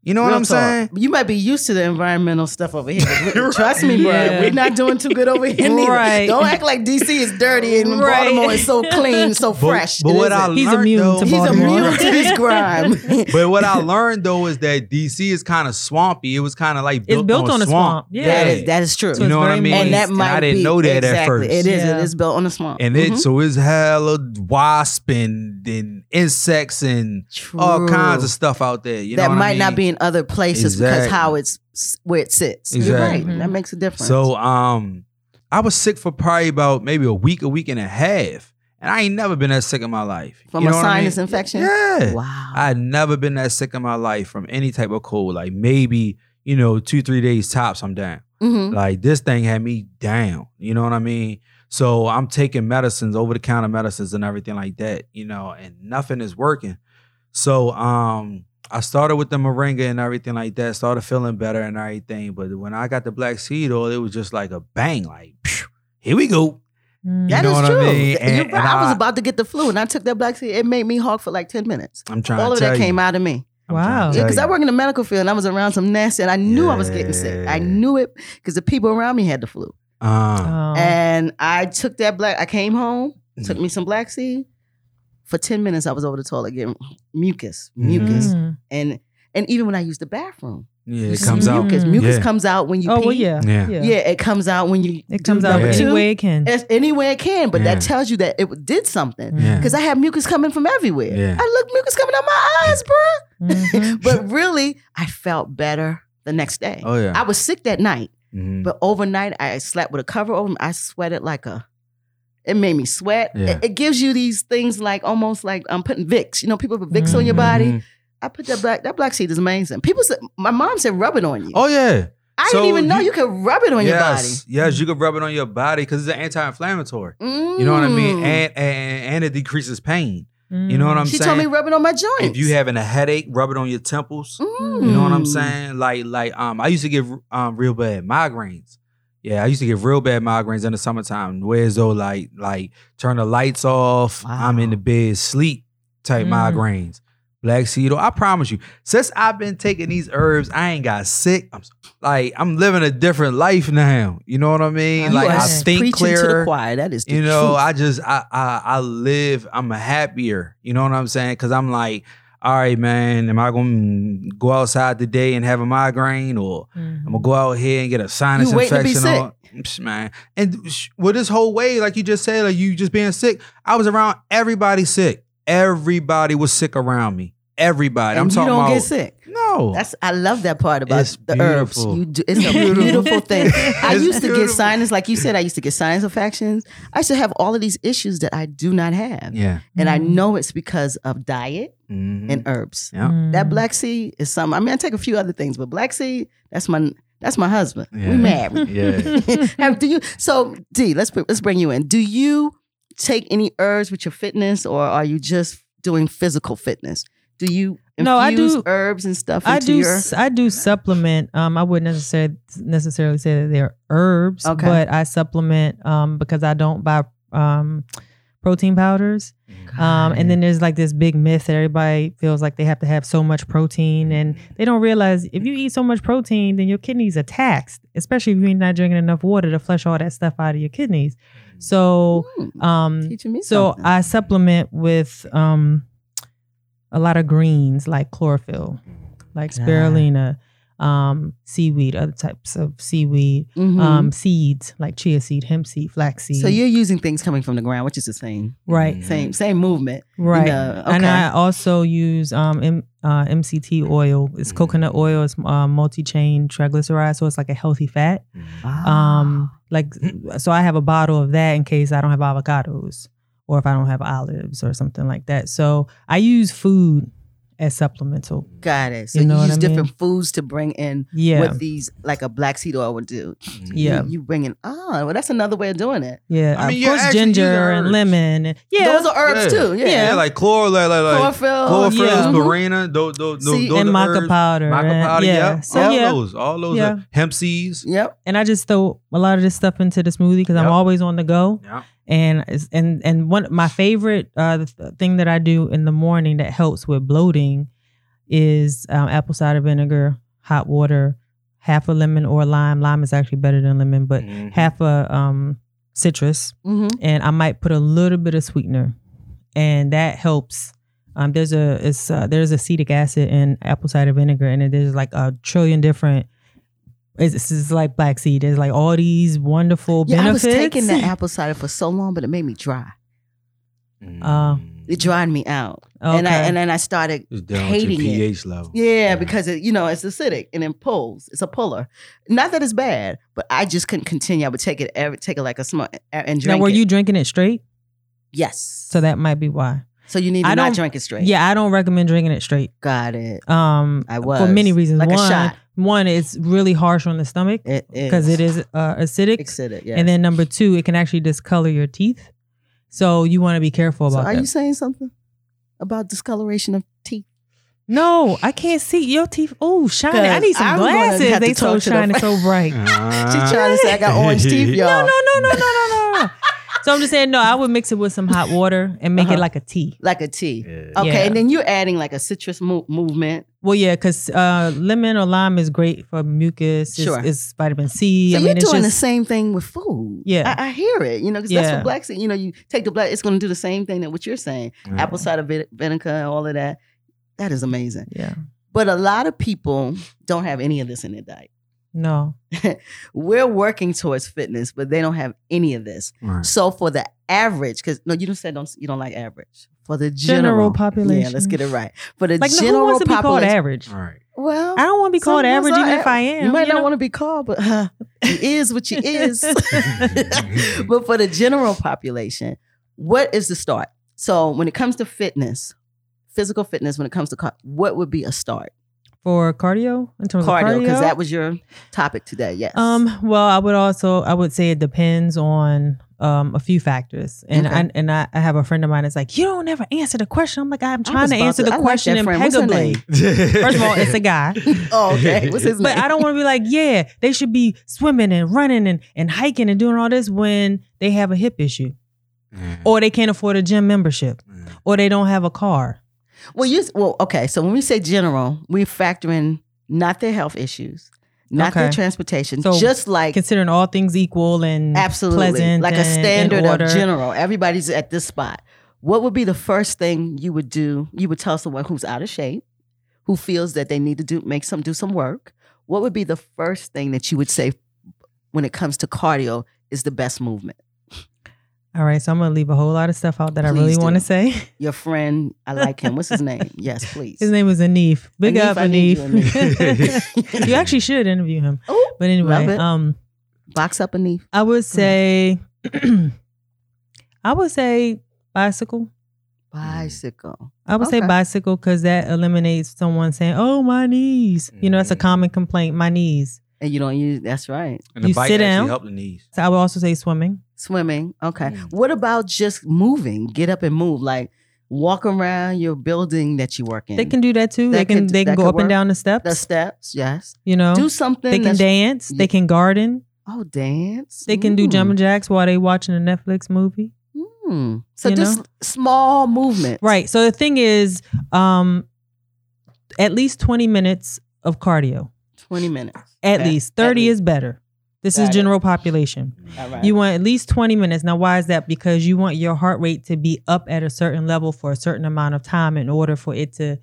D: You know what
C: Real
D: I'm
C: talk.
D: saying?
C: You might be used to the environmental stuff over here. but we- Trust me, bro.
E: Yeah.
C: We're not doing too good over here. neither.
E: Right.
C: Don't act like DC is dirty and
E: Right.
C: Baltimore is so clean, so fresh.
D: But,
C: It
D: what I
C: isn't.
D: learned,
E: He's immune
D: though,
E: to
C: He's
E: Baltimore.
C: immune to this grime.
D: But what I learned though is that DC is kind of swampy. It was kind of like built,
E: built on a swamp. Yeah.
C: that is that is true.
E: So
D: you
E: it's
D: know what I
E: very
D: mean.
E: moist.
C: and that might
D: I didn't
C: be,
D: know that at
C: exactly.
D: first.
C: It is.
E: Yeah.
C: It is built on a swamp.
D: and it
E: Mm-hmm.
C: Mhm.
D: so it's hella wasp and, and insects and all
C: True.
D: kinds of stuff out there. You
C: Mm-hmm. that
D: know what I
C: might not
D: mean?
C: be in other places because
D: Exactly.
C: how it's where it sits. You're right.
D: Exactly.
C: That makes a difference.
D: So um, I was sick for probably about maybe a week, a week and a half, and I ain't never been that sick in my life.
C: From
D: You
C: a
D: know what I
C: sinus
D: mean?
C: infection?
D: Yeah.
C: wow.
D: I had never been that sick in my life from any type of cold. Like maybe, you know, two, three days tops, I'm down.
C: Mhm.
D: Like this thing had me down. You know what I mean? So I'm taking medicines, over the counter medicines and everything like that, you know, and nothing is working. So um I started with the moringa and everything like that, started feeling better and everything. But when I got the black seed oil, it was just like a bang, like, phew, here we go.
E: Mm.
D: Yeah.
C: That
D: know
C: is
D: what I
C: true.
D: mean?
C: You're
D: And-
C: right.
D: and
C: I, was
D: I-
C: about to get the flu, and I took that black seed. It made me hawk for like ten minutes.
D: I'm trying
C: All
D: to
C: of
D: tell
C: that
D: you.
C: came out of me
D: I'm trying to
E: Wow.
D: tell
E: Yeah,
C: because I
D: you.
C: work in the medical field, and I was around some nasty, and I knew I was getting sick. I
D: Yeah.
C: knew it because the people around me had the flu,
D: Uh,
E: Oh.
C: and I took that black. I came home,
D: Mm-hmm.
C: took me some black seed. For ten minutes, I was over the toilet getting mucus,
D: Mm-hmm.
C: mucus,
E: Mm.
C: and and even when I used the bathroom,
D: yeah, it
C: you
D: comes
C: see
D: out.
C: Mucus, mucus
D: Yeah.
C: comes out when you
E: Oh
C: pee.
E: well, yeah,
D: Yeah.
C: yeah. it comes out when you.
E: It comes
C: do
E: out
C: number
D: Yeah.
E: any
C: two.
E: way it can. Mm.
C: It's anywhere it can, but
D: Yeah.
C: that tells you that it did something.
D: Yeah.
C: Because I had mucus coming from everywhere.
D: Yeah.
C: I look mucus coming out my eyes, bro.
E: Mhm.
C: But really, I felt better the next day.
D: Oh yeah.
C: I was sick that night,
D: Mhm.
C: but overnight I slept with a cover over me. I sweated like a. It made me sweat.
D: Yeah.
C: It, it gives you these things like almost like I'm putting Vicks. You know, people put Vicks on your
D: Mhm.
C: body. I put that black that black seed is amazing. People said my mom said rub it on you.
D: Oh yeah.
C: I
D: so
C: didn't even know
D: you-
C: you, could rub it on Mm-hmm.
D: yes. Yes, you can rub it on your body because it's an anti-inflammatory.
C: your body.
D: You know what I mean?
C: Mm.
D: And, and and it decreases pain. You know what I'm
C: Hmm. she
D: saying?
C: told me rub it on my
D: if
C: joints.
D: you having a headache, rub it on your temples.
C: Mm.
D: You know what I'm saying? Like like um, I used to get um real bad migraines. Yeah, I used to get real bad migraines in the summertime. Whereas though, like like turn the lights off. I'm in the bed, sleep type
C: Hmm.
E: Mm.
D: migraines. black seed oil. I promise you, since I've been taking these herbs, I ain't got sick. I'm s- like I'm living a different life now. You know what I mean?
E: You
D: like
E: are
D: I
C: preaching
D: think clearer.
C: to the choir. That is the
D: you know
C: truth.
D: i just I, I i live i'm happier you know what i'm saying because i'm like all right man am i gonna go outside today and have a migraine or i'm
E: Mm-hmm.
D: gonna go out here and get a sinus
C: You waiting to
D: infection
C: be
D: or- Psh, man and sh- with this whole way like you just said like you just being sick i was around everybody sick everybody was sick around me everybody i'm
C: and
D: talking
C: you don't
D: about
C: get sick.
D: no
C: That's I love that part about
D: It's
C: the
D: beautiful.
C: herbs. You do, it's a beautiful thing. I
D: It's
C: used to get
D: beautiful.
C: sinus, like you said. I used to get sinus infections. I used to have all of these issues that I do not have,
D: yeah
C: and I
E: Mhm.
C: know it's because of diet
D: Mhm.
C: and herbs.
D: Yeah.
E: Mm.
C: That black seed is something. I mean, I take a few other things, but black seed that's my that's my husband.
D: Yeah.
C: We married.
D: yeah
C: Have- do you? So D, let's br- let's bring you in. Do you take any herbs with your fitness, or are you just doing physical fitness? Do you infuse
E: No, I do-
C: herbs and stuff into
E: I do.
C: your
E: s- I do supplement. Um, I wouldn't necessarily necessarily say that they're herbs,
C: Okay.
E: but I supplement um because I don't buy um protein powders. Um, and then there's like this big myth that everybody feels like they have to have so much protein, and they don't realize if you eat so much protein, then your kidneys are taxed, especially if you're not drinking enough water to flush all that stuff out of your kidneys. So,
C: Hmm.
E: um,
C: teaching me
E: so
C: something.
E: I supplement with um a lot of greens like chlorophyll, like
C: Ah.
E: spirulina, um, seaweed, other types of seaweed,
C: Mhm.
E: um, seeds like chia seed, hemp seed, flax seed.
C: so you're using things coming from the ground, which is the same,
E: right,
C: same, same movement.
E: right.
C: know,
E: And
C: okay.
E: I also use um M, uh, MCT oil. It's
C: Mm.
D: Mhm.
E: coconut oil. It's uh, multi chain triglyceride, so it's like a healthy fat.
D: Mm-hmm.
C: Ah,
E: Um,
D: Ah.
E: like so, I have a bottle of that in case I don't have avocados or if I don't have olives or something like that. So I use food as supplemental.
C: got it. So
E: you
C: you,
E: know what
C: use
E: I mean?
C: different foods to bring in
E: Yeah,
C: what these, like a black seed oil would do. You-
E: yeah,
C: you, bring in. Oh, well, that's another way of doing it.
E: yeah.
D: I mean,
E: of
D: you're
E: course,
D: actually
E: ginger
D: using
E: and
D: herbs.
E: lemon. And, yeah,
C: those are herbs
D: Yeah.
C: too. Yeah,
D: yeah, like chlorophyll like, like,
C: chlorophyll,
D: Chlorophyll,
E: yeah.
D: spirulina, those, those, those,
C: See,
D: those
E: Mm-hmm. and
D: are
E: maca
D: herbs.
E: powder.
D: Maca
E: and-
D: powder, yeah.
E: yeah. So
D: all
E: yeah,
D: those, all those
E: Yeah.
D: are hemp seeds.
C: Yep.
E: and I just throw a lot of this stuff into the smoothie because I'm
D: Yep.
E: always on the go.
D: Yeah.
E: and it's- and and one my favorite uh th- thing that I do in the morning that helps with bloating is um, apple cider vinegar, hot water, half a lemon or lime. Lime is actually better than lemon, but
C: Mm-hmm.
D: Mhm.
E: half a um citrus,
C: hmm
E: and I might put a little bit of sweetener, and that helps. Um, there's a it's uh, there's acetic acid in apple cider vinegar, and it- there's like a trillion different. It's, this is like black seed. There's like all these wonderful
C: Yeah, I was
E: benefits.
C: taking that apple cider for so long, but it made me dry.
E: Uh,
C: It dried me out, and I and then I started.
D: It's down to
C: hating it.
D: pH level.
C: Yeah, because it, you know it's acidic and it pulls. It's a puller. Not that it's bad, but I just couldn't continue. I would take it every, take it like a small and drink.
E: now were
C: it.
E: you drinking it straight?
C: Yes.
E: So that might be why.
C: So you need to
E: I
C: not
E: don't-
C: drink it straight.
E: Yeah, I don't recommend drinking it straight.
C: Got it.
E: Um,
C: I was
E: for many reasons.
C: Like
E: one,
C: a shot.
E: one, it's really harsh on the stomach
C: It is
E: because it is uh, acidic,
C: acidic. Yeah.
E: and then number two, it can actually discolor your teeth. So you want to be careful
C: so
E: about
C: are
E: that.
C: you saying something about discoloration of teeth?
E: no, I can't see your teeth. Oh, shiny! I
C: Because
E: need some
C: I'm gonna
E: glasses.
C: have to
E: They so
C: talk to the
E: shiny, so bright.
D: Uh,
C: She's trying to say I got orange teeth, y'all.
E: No, no, no, no, no, no, no. so I'm just saying, no. I would mix it with some hot water and make it
C: Uh-huh.
E: like a tea.
C: Like a T.
D: Yeah.
C: Okay,
E: Yeah.
C: and then you're adding like a citrus mo- movement.
E: Well, yeah, because uh, lemon or lime is great for mucus. It's,
C: Sure.
E: it's vitamin C.
C: So
E: I
C: you're
E: mean, it's
C: doing the
E: just,
C: same thing with food.
E: Yeah.
C: I, I hear it. You know, because that's
E: Yeah.
C: what blacks. You know, you take the black. It's going to do the same thing that what you're saying. Apple cider vin- vinegar and all of that. That is amazing.
E: yeah.
C: But a lot of people don't have any of this in their diet.
E: No.
C: We're working towards fitness, but they don't have any of this.
D: Right.
C: So for the average, because no, you don't say don't you don't like average. For the
E: General
C: general,
E: population.
C: yeah, let's get it right. For the
E: Like, no, who
C: general
E: wants to be called
C: population,
E: average?
D: All right.
C: well,
E: I don't want to be
C: some
E: called
C: of us
E: average,
C: are
E: even if
C: aver-
E: I am.
C: you might not want to be called, but uh, you is what you is. but for the general population, what is the start? So when it comes to fitness, physical fitness, when it comes to car- what would be a start?
E: for cardio in terms
C: Cardio,
E: of Mm, cardio.
C: because that was your topic today. Yes.
E: Um, well, I would also I would say it depends on um a few factors. And
C: Okay.
E: I and I, I have a friend of mine that's like, You don't ever answer the question. I'm like, I'm
C: I
E: trying
C: was
E: to
C: about
E: answer
C: to-
E: the
C: I like
E: question
C: that friend. What's her
E: impeccably.
C: name?
E: First of all, it's a guy.
C: Oh, okay. What's his name?
E: But I don't want to be like, yeah, they should be swimming and running and, and hiking and doing all this when they have a hip issue,
D: Yeah.
E: or they can't afford a gym membership,
D: Yeah.
E: or they don't have a car.
C: Well, you well, okay. So when we say general, we factor in not their health issues, not their
E: Okay.
C: transportation,
E: So
C: just like
E: Considering all things equal and
C: absolutely
E: pleasant,
C: like
E: and
C: a
E: in
C: standard
E: order.
C: of general. Everybody's at this spot. What would be the first thing you would do? You would tell someone who's out of shape, who feels that they need to do make some do some work. What would be the first thing that you would say when it comes to cardio is the best movement?
E: All right, so I'm gonna leave a whole lot of stuff out that I
C: Please
E: really
C: do.
E: want to say.
C: Your friend, I like him. What's his name? Yes, please.
E: His name was Anif. Big
C: Anif,
E: up,
C: I need you,
E: Anif.
C: Anif.
E: you actually should interview him.
C: Ooh,
E: But
C: Love
E: anyway,
C: it.
E: um,
C: box up a knee.
E: I would say, I would say bicycle.
C: Bicycle.
E: I would say
C: Okay.
E: bicycle because that eliminates someone saying, "Oh, my knees." You know, that's a
D: Mm.
E: common complaint. My knees.
C: And you don't use that's right.
D: And the
E: You
D: bike
E: sit
D: actually
E: down.
D: help the knees.
E: So I would also say swimming.
C: Swimming. Okay.
D: Mm.
C: What about just moving? Get up and move. Like walk around your building that you work in.
E: They can do that too.
C: That
E: they can
C: could-
E: they can
C: that
E: go
C: could
E: up and
C: work.
E: down the steps.
C: the steps, yes.
E: you know,
C: Do something.
E: Oh, they can
C: that's-
E: dance. They
C: Yeah.
E: can garden.
C: Oh, dance.
E: They can do
C: Mm.
E: jumping jacks while they watching a Netflix movie.
C: Mm. So
E: you
C: just
E: know?
C: small movements.
E: Right. So the thing is, um, at least 20 minutes of cardio.
C: Twenty minutes.
E: At
C: Okay.
E: least.
C: At
E: 30
C: least.
E: is better. This
C: Got
E: is
C: it.
E: general population.
C: All right.
E: You want at least 20 minutes. Now, why is that? Because you want your heart rate to be up at a certain level for a certain amount of time in order for it to,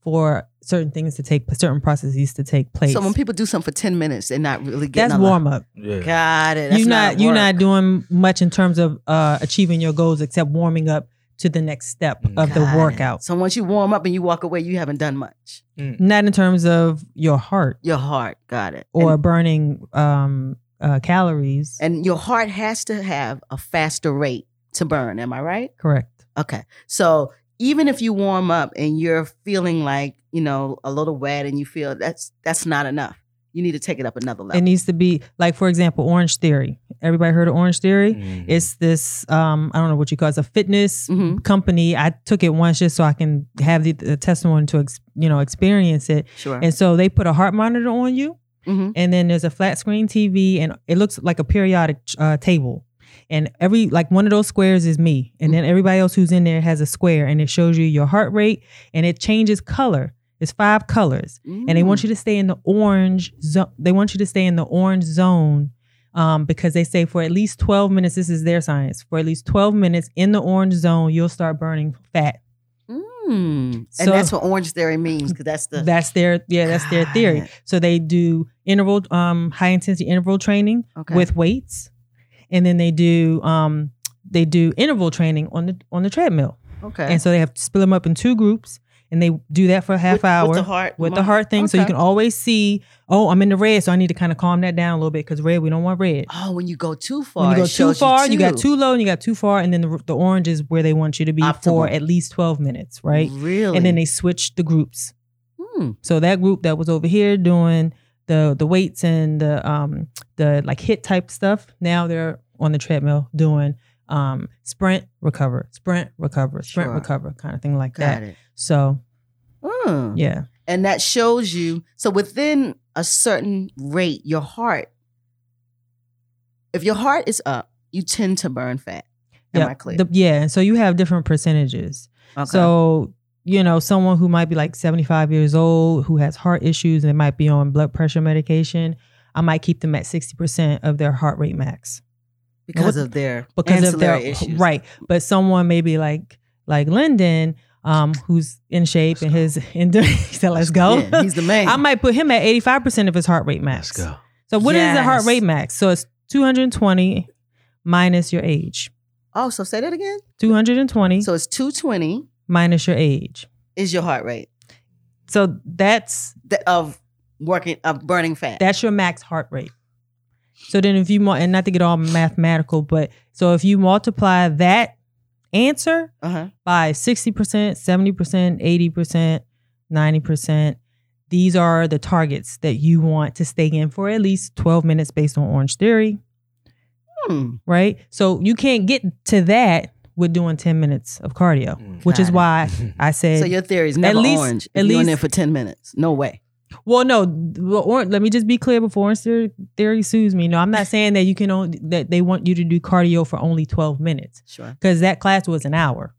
E: for certain things to take, certain processes to take place.
C: so when people do something for ten minutes, they're not really getting
E: That's
C: a lot.
E: warm up.
D: Yeah.
C: Got it. That's
E: you're not, you're
C: work.
E: not doing much in terms of uh, achieving your goals except warming up to the next step of the
C: Got it.
E: workout.
C: So once you warm up and you walk away, you haven't done much.
E: Not in terms of your heart.
C: Your heart, got it.
E: or
C: and,
E: burning um, uh, calories.
C: and your heart has to have a faster rate to burn. Am I right?
E: Correct.
C: Okay. So even if you warm up and you're feeling like, you know, a little wet and you feel that's that's not enough. You need to take it up another level.
E: It needs to be like, for example, Orange Theory. Everybody heard of Orange Theory?
D: Mhm.
E: It's this um, I don't know what you call it, it's a fitness
C: Mhm.
E: company. I took it once just so I can have the, the testimony to ex, you know experience it.
C: sure.
E: And so they put a heart monitor on you,
C: Mhm.
E: and then there's a flat screen TV, and it looks like a periodic uh, table. And every like one of those squares is me, and then everybody else who's in there has a square, and it shows you your heart rate, and it changes color. It's five colors. and they
C: Mm.
E: want you to stay in the orange zone. They want you to stay in the orange zone um, because they say for at least 12 minutes, this is their science, for at least 12 minutes in the orange zone, you'll start burning fat.
C: Mm.
E: So-
C: and that's what orange theory means because that's the
E: That's their, yeah, that's their
C: Got
E: theory.
C: it.
E: So they do interval, um, high intensity interval training
C: okay.
E: with weights. And then they do, um, they do interval training on the, on the treadmill.
C: okay.
E: And so they have to split them up in two groups and they do that for a half
C: with,
E: hour.
C: with the heart
E: with
C: mo-
E: the heart thing, so you
C: Okay.
E: can always see. Oh, I'm in the red, so I need to kind of calm that down a little bit because red, we don't want red.
C: Oh, when you go too far,
E: When you go
C: it
E: too
C: shows
E: far, you, got
C: too
E: too low, and you got too far, and then the, the orange is where they want you to be for
C: Optimal.
E: at least 12 minutes, right?
C: Really,
E: And then they switch the groups.
C: Mm.
E: So that group that was over here doing the the weights and the um the like hit type stuff, now they're on the treadmill doing um sprint recover, sprint recover, sprint
C: Sure.
E: recover kind of thing like
C: got
E: that.
C: it.
E: So
C: Mm.
E: yeah,
C: and that shows you so within a certain rate your heart if your heart is up you tend to burn fat am
E: Yep.
C: i clear
E: The- yeah, and so you have different percentages.
C: okay.
E: So, you know, someone who might be like 75 years old, who has heart issues and might be on blood pressure medication, I might keep them at 60% of their heart rate max
C: because
E: what-
C: of their
E: because of their
C: ancillary issues
E: right. But someone maybe like like Lyndon, um, who's in shape and his endurance, he said, let's go.
C: Yeah, he's the man
E: I might put him at 85% of his heart rate
D: Let's
E: max.
D: go.
E: So what is the heart
C: Yes.
E: rate max? So it's 220 minus your age.
C: oh so say that again
E: 220
C: so it's 220
E: minus your age.
C: is your heart rate
E: So that's
C: th- of working of burning fat
E: That's your max heart rate. So then if you mu- and not to get all mathematical, but so if you multiply that answer
C: uh-huh.
E: by 60%, 70%, 80%, 90%, these are the targets that you want to stay in for at least 12 minutes based on Orange Theory,
C: Hmm.
E: right? So you can't get to that with doing 10 minutes of cardio,
D: Mm.
E: which is
C: Got it.
E: why I said
C: so your theory is never
E: least-
C: orange
E: at
C: if you're
E: least-
C: in there for 10 minutes no way
E: Well, no, well, or, let me just be clear before Orange Theory, Theory sues me. No, I'm not saying that you can only, that they want you to do cardio for only 12 minutes
C: sure
E: because that class was an hour.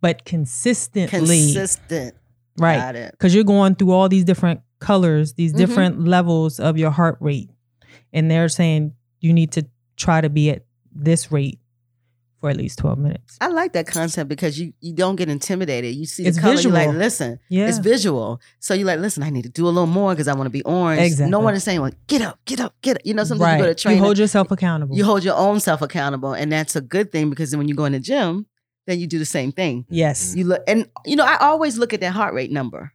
E: but consistently,
C: Consistent.
E: right?
C: Got it.
E: Because you're going through all these different colors, these
C: Mhm.
E: different levels of your heart rate, and they're saying you need to try to be at this rate for at least 12 minutes.
C: I like that concept because you you don't get intimidated. You see
E: It's
C: the color, you like,
E: visual.
C: listen,
E: Yeah,
C: it's visual. So you like, listen, I need to do a little more because I want to be orange. No
E: Exactly.
C: one is saying, well, get up, get up, get up. You know, sometimes
E: right.
C: you go to training,
E: hold yourself accountable.
C: you hold your own self accountable, and that's a good thing because then when you go in the gym, then you do the same thing.
E: yes,
C: You look, and you know, I always look at that heart rate number.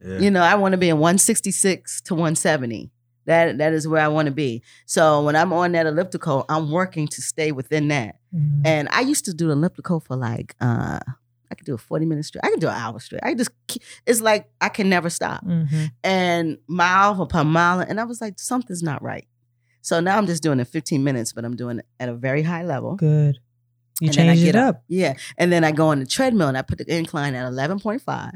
D: Yeah.
C: You know, I want to be in 166 to 170. That that is where I want to be. So when I'm on that elliptical, I'm working to stay within that.
E: Mhm.
C: And I used to do the elliptical for like uh I could do a 40 minute straight. I could do an hour straight. I just ke- it's like I can never stop.
E: Mhm.
C: And mile upon mile. And I was like, something's not right. So now I'm just doing it 15 minutes, but I'm doing it at a very high level.
E: good. You
C: And then I
E: changed
C: get
E: it up.
C: Yeah. And then I go on the treadmill and I put the incline at 11.5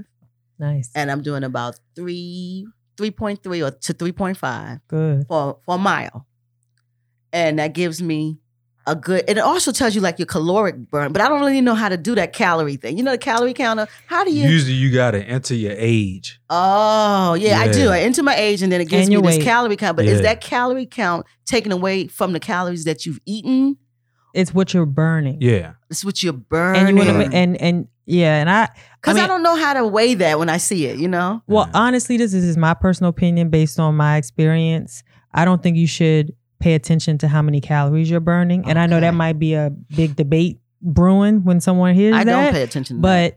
E: Nice.
C: and I'm doing about three, 3.3 or to 3.5
E: good.
C: for, for a mile. And that gives me a good, it also tells you like your caloric burn, but I don't really know how to do that calorie thing. You know, the calorie counter, how do you?
D: Usually you gotta enter your age.
C: oh, yeah, I do.
D: Yeah.
C: I enter my age and then it gives
E: And
C: me
E: your
C: this
E: weight.
C: calorie count, but is
D: Yeah.
C: that calorie count taken away from the calories that you've eaten?
E: It's what you're burning.
D: Yeah.
C: It's what you're burning.
E: And you want
D: burning.
E: to and and yeah, and I
C: Because I,
E: I mean-
C: don't know how to weigh that when I see it, you know?
E: well
D: Yeah.
E: honestly this is my personal opinion based on my experience. I don't think you should pay attention to how many calories you're burning. And I know that
C: Okay.
E: might be a big debate brewing when someone hears
C: I
E: that.
C: don't pay attention to
E: But
C: that.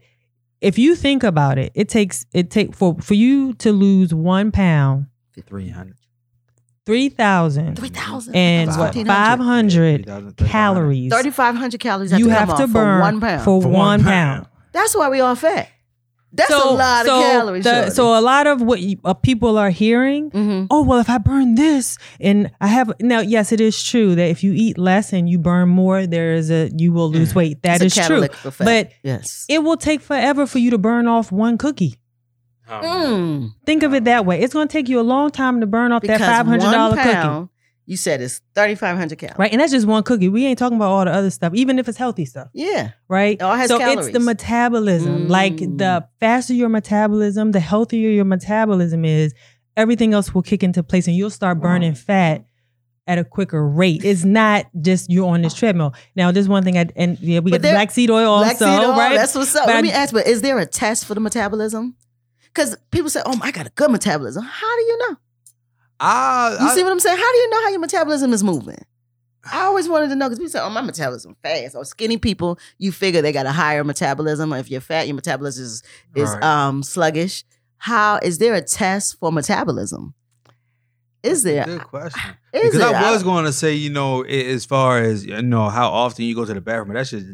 E: if you think about it, it takes it take for for you to lose 1 pound,
D: Three hundred.
E: 3000
C: 3,000.
E: and
D: Wow.
E: what
C: 1,500.
E: 500 calories.
C: 3,500 calories have
E: you
C: to come
E: have
C: off
E: to burn
C: for one pound.
E: for
D: For
E: one,
D: one
E: pound.
D: pound.
C: That's why we all fat. That's a lot of calories.
E: the-
C: shorty.
E: so a lot of what you, uh, people are hearing.
C: Mhm.
E: Oh well, if I burn this and I have now, yes, it is true that if you eat less and you burn more, there is a you will lose
D: Mm.
E: weight. That is
C: It's a
E: true,
C: catalytic effect.
E: but
C: yes.
E: it will take forever for you to burn off one cookie.
C: Mm.
E: Think of it that way. It's going to take you a long time to burn off
C: Because
E: that five hundred dollar
C: one
E: cookie,
C: pound, You said it's 3,500 calories.
E: right? And that's just one cookie. We ain't talking about all the other stuff, even if it's healthy stuff.
C: Yeah.
E: right?
C: It all has
E: so
C: calories.
E: it's the metabolism. Like
C: Mm.
E: the faster your metabolism, the healthier your metabolism is, everything else will kick into place and you'll start burning fat at a quicker rate. It's not just you're on this treadmill. Now, there's one thing I and yeah, we
C: But
E: got the
C: there-
E: black seed
D: Oh,
E: oil
C: Black
E: also,
C: seed oil,
E: right?
C: That's what's up.
E: But
C: Let
E: I-
C: me ask, but is there a test for the metabolism? Because people say, oh, I got a good metabolism. How do you know?
D: I,
C: You
D: I-
C: see what I'm saying? How do you know how your metabolism is moving? I always wanted to know because people say, "Oh, my metabolism fast." Or skinny people, you figure they got a higher metabolism. If you're fat, your metabolism is, is
D: Right.
C: um sluggish. How is there a test for metabolism? Is there?
D: Good question.
C: Is
D: because
C: there?
D: I was going to say, you know, i- as far as you know, how often you go to the bathroom, but that's just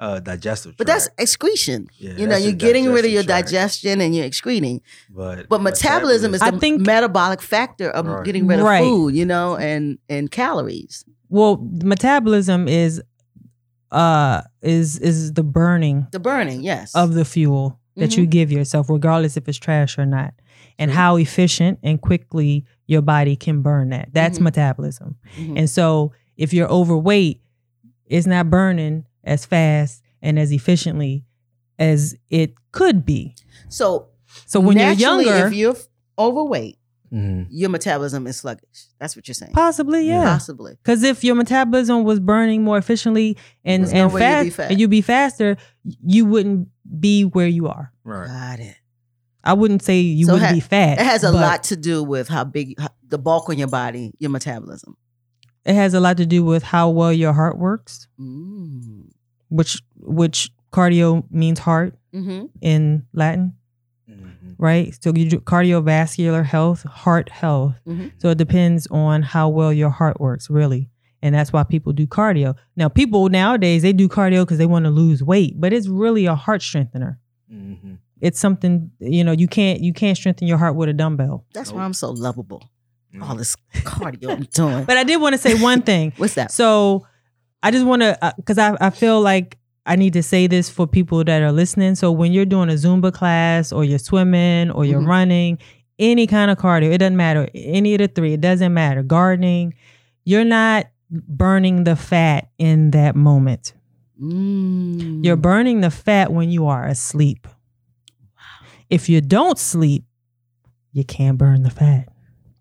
D: uh, digestive.
C: but that's
D: tract.
C: excretion.
D: Yeah,
C: you know,
D: that's
C: you're
D: just
C: getting rid of your
D: tract.
C: digestion and you're excreting.
D: But
C: But metabolism is the
E: I think-
C: metabolic factor of
D: Right.
C: getting rid of
E: Right.
C: food. You know, and and calories.
E: well, metabolism is uh is is the burning
C: The burning, yes.
E: of the fuel that
C: Mm-hmm.
E: you give yourself, regardless if it's trash or not, and how efficient and quickly your body can burn that. That's
C: Mhm.
E: metabolism.
C: Mhm.
E: And so if you're overweight, it's not burning as fast and as efficiently as it could be.
C: so
E: So when
C: Naturally,
E: you're
C: if
E: younger,
C: you're f- overweight,
D: Mhm.
C: your metabolism is sluggish. That's what you're saying.
E: possibly,
D: Yeah.
E: yeah.
C: Possibly.
E: Because if your metabolism was burning more efficiently and,
D: There's
C: no
E: and
C: way you'd
E: fast,
C: be fat.
E: and you'd be faster, you wouldn't be where you are.
C: Mm-hmm.
D: right.
C: Got it.
E: I wouldn't say you
C: So it
E: wouldn't
C: ha-
E: be fat.
C: It has a
E: but
C: lot to do with how big how, the bulk on your body, your metabolism.
E: It has a lot to do with how well your heart works,
C: Mm.
E: which which cardio means heart
C: hmm
E: in Latin.
D: Mhm.
E: right? So you do cardiovascular health, heart health.
C: Mhm.
E: So it depends on how well your heart works, really. And that's why people do cardio. Now, people nowadays they do cardio because they want to lose weight, but it's really a heart strengthener.
D: Mhm.
C: Mm-hmm.
E: It's something you know you can't you can't strengthen your heart with a dumbbell.
C: That's why I'm so lovable. All
D: Mhm.
C: this cardio I'm doing.
E: But I did want to say one thing.
C: What's that?
E: So I just want to, because I, I feel like I need to say this for people that are listening. So when you're doing a Zumba class or you're swimming or you're
C: Mhm.
E: running, any kind of cardio, it doesn't matter. Any of the three, it doesn't matter. Gardening, you're not burning the fat in that moment.
C: Mm.
E: You're burning the fat when you are asleep. If you don't sleep, you can't burn the fat.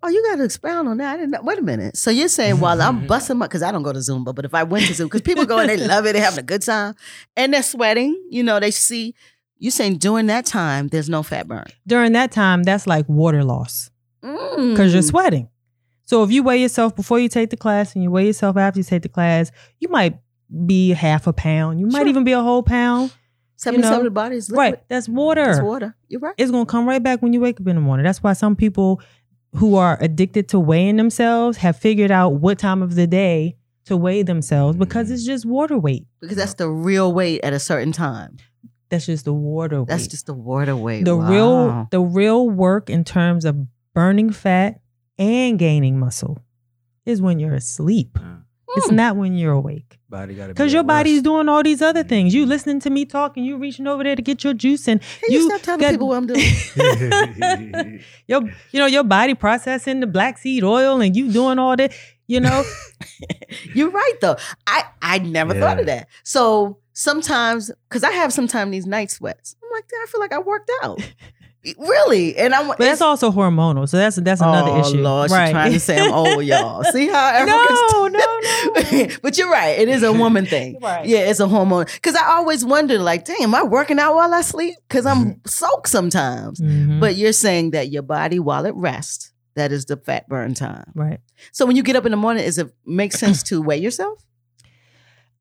C: oh, you got to expound on that. I didn't know. Wait a minute. So you're saying while I'm busting my, because I don't go to Zumba, but if I went to Zumba, because people go and they love it, they're having a good time, and they're sweating. You know, they see. You saying during that time there's no fat burn
E: During that time, that's like water loss
C: because
E: because you're sweating. So if you weigh yourself before you take the class and you weigh yourself after you take the class, you might be half a pound. You might
C: Sure.
E: even be a whole pound.
C: seventy-seven
E: know,
C: of the body is liquid.
E: Right. That's water.
C: It's water. You're right.
E: It's going to come right back when you wake up in the morning. That's why some people who are addicted to weighing themselves have figured out what time of the day to weigh themselves
C: Mm.
E: because it's just water weight.
C: because that's the real weight at a certain time.
E: That's just the water weight.
C: That's just the water weight.
E: the
C: Wow.
E: real the real work in terms of burning fat and gaining muscle is when you're asleep.
D: Uh,
E: It's not when you're awake.
D: body gotta
E: Because
D: be
E: your
D: at
E: body's
D: rest.
E: doing all these other things. You listening to me talking, you reaching over there to get your juice in.
C: Can you,
E: you
C: stop telling
E: got-
C: people what I'm doing?
E: your you know, your body processing the black seed oil and you doing all that, you know.
C: You're right though. I I never
D: Yeah.
C: thought of that. So sometimes, because I have sometimes these night sweats. I'm like, I feel like I worked out. really? And I'm
E: But that's also hormonal. So that's that's another
C: oh,
E: issue.
C: Lord, she's trying to say I'm old, y'all. See how Africans
E: no, no, no.
C: but you're right. It is a woman thing.
E: Right.
C: Yeah, it's a hormone. Because I always wonder, like, dang, am I working out while I sleep? Because I'm
E: Mm-hmm.
C: soaked sometimes.
E: Mhm.
C: But you're saying that your body, while it rests, that is the fat burn time.
E: right.
C: So when you get up in the morning, is it make sense to weigh yourself?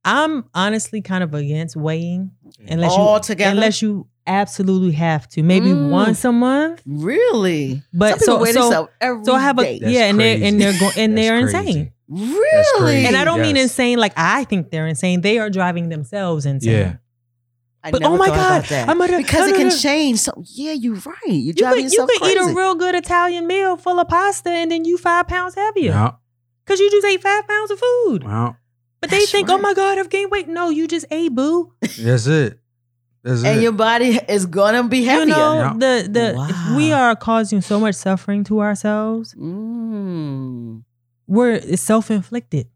E: I'm honestly kind of against weighing unless you
C: all together?
E: unless you absolutely have to. Maybe
C: Mm.
E: once a month.
C: really?
E: But
C: Some people
E: so
C: weigh
E: so,
C: themselves every
E: so I have a
C: day.
D: That's
E: yeah, and they're and they're
D: crazy.
E: going and
D: That's
E: they're
D: crazy.
E: insane.
C: really?
D: crazy.
E: And I don't mean
D: Yes.
E: insane like I think they're insane. They are driving themselves insane.
D: Yeah.
C: I
E: But
C: never
E: oh my
C: thought
E: god,
C: about that.
E: I'm gonna
C: because
E: no,
C: it
E: no,
C: can
E: no.
C: change. So yeah, you're right. You're
E: You
C: driving
E: could, you
C: yourself
E: could eat
C: crazy.
E: a real good Italian meal full of pasta and then you five pounds heavier
D: Well,
E: because you just ate five pounds of food.
D: well,
E: But they
C: That's
E: think, oh
C: right.
E: my god, I've gained weight. No, you just ate boo.
D: that's it. That's
C: and
D: it.
C: your body is gonna be
E: You
C: heavier.
E: know the the
C: Wow.
E: we are causing so much suffering to ourselves.
C: Mm.
E: we're it's self-inflicted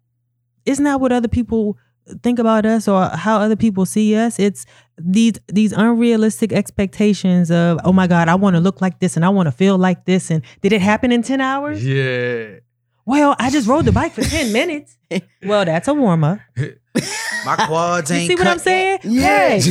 E: it's not what other people think about us or how other people see us it's these these unrealistic expectations of oh my god i want to look like this and i want to feel like this and did it happen in 10 hours
D: yeah.
E: well i just rode the bike for 10 minutes well that's a warm-up
D: My quads
E: you
D: ain't
E: see what
D: cut
E: i'm saying
C: Yeah,
E: Hey,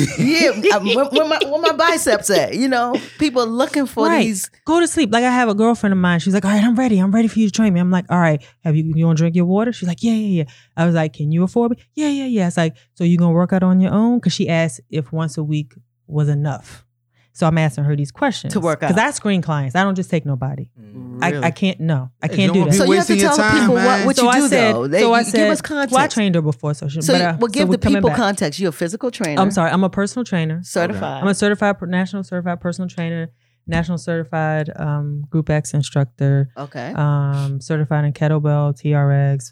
C: yeah. Um, where, where my, where my biceps at? You know, people looking for
E: Right.
C: these.
E: go to sleep like i have a girlfriend of mine she's like all right i'm ready i'm ready for you to train me i'm like all right have you you want to drink your water she's like yeah yeah yeah i was like can you afford me yeah yeah yeah it's like so you gonna work out on your own because she asked if once a week was enough so i'm asking her these questions
C: To work out.
E: because i screen clients i don't just take nobody
D: yet.
E: I, I
C: Really.
E: can't no i
D: Hey,
E: can't
D: you don't
E: do that
C: So
D: You
C: you have to
D: wasting your
C: tell the
D: time,
C: people what,
D: man.
C: what
E: So
C: you
E: I
C: do
E: said-
C: though. They,
E: so I
C: you give
E: said-
C: us context.
E: well i trained her before so she
C: so
E: but, uh,
C: well, give
E: so we're
C: the
E: coming
C: people
E: back.
C: context. You're a physical trainer.
E: i'm sorry i'm a personal trainer
C: certified.
E: I'm a certified, per- national certified personal trainer, national certified um, group X instructor,
C: okay.
E: um, certified in kettlebell, TRX,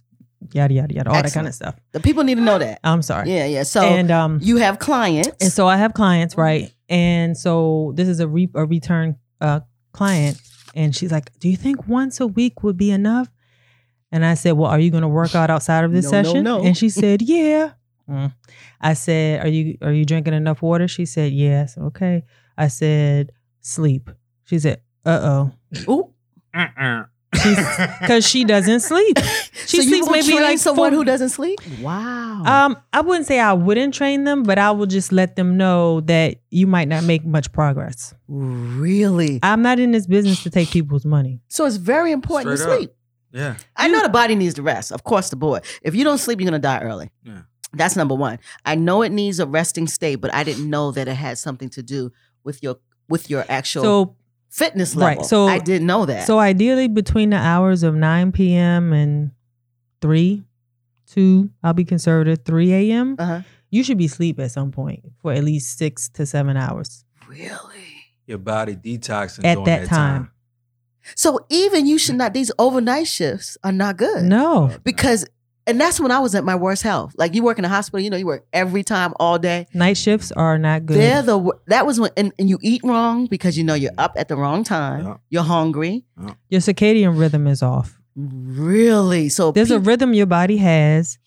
E: yada yada yada, all that kind
C: Excellent.
E: of stuff.
C: the people need to know that.
E: I'm sorry.
C: Yeah, yeah. So
E: and um,
C: you Oh. have clients.
E: and so I have clients, right? And so this is a re- a return uh, client, and she's like, "Do you think once a week would be enough?" And I said, "Well, are you going to work out outside of this
C: No, no,
E: session?"
C: no.
E: And she said, "Yeah." Mm. I said, "Are you are you drinking enough water?" She said, "Yes." Okay. I said, "Sleep." She said, "Uh oh." Because she doesn't sleep. She
C: so you
E: sleeps
C: will
E: maybe
C: train
E: like
C: someone
E: four-
C: who doesn't sleep. Wow.
E: Um, I wouldn't say I wouldn't train them, but I will just let them know that you might not make much progress.
C: really.
E: I'm not in this business to take people's money.
C: so it's very important to
D: Straight up.
C: sleep.
D: Yeah.
C: I know the body needs to rest, of course, the board. If you don't sleep, you're gonna die early.
D: Yeah.
C: That's number one. I know it needs a resting state, but I didn't know that it had something to do with your with your actual
E: So,
C: fitness
E: Right,
C: level.
E: so-
C: I didn't know that.
E: so ideally between the hours of 9 p.m. and 3, 2, I'll be conservative, 3 a.m.
C: uh-huh.
E: You should be asleep at some point for at least six to seven hours
C: really.
D: Your body detoxing
E: at
D: during
E: that time.
C: So even you should not. These overnight shifts are not good.
E: No,
C: because and that's when I was at my worst health. Like you work in a hospital, you know, you work every time, all day.
E: night shifts are not good.
C: They're the wor- that was when and, and you eat wrong because you know
E: Mm.
C: you're up at the wrong time.
D: Yeah.
C: You're hungry.
E: Your circadian rhythm is off.
C: Really? So
E: There's a
C: peop-
E: rhythm your body has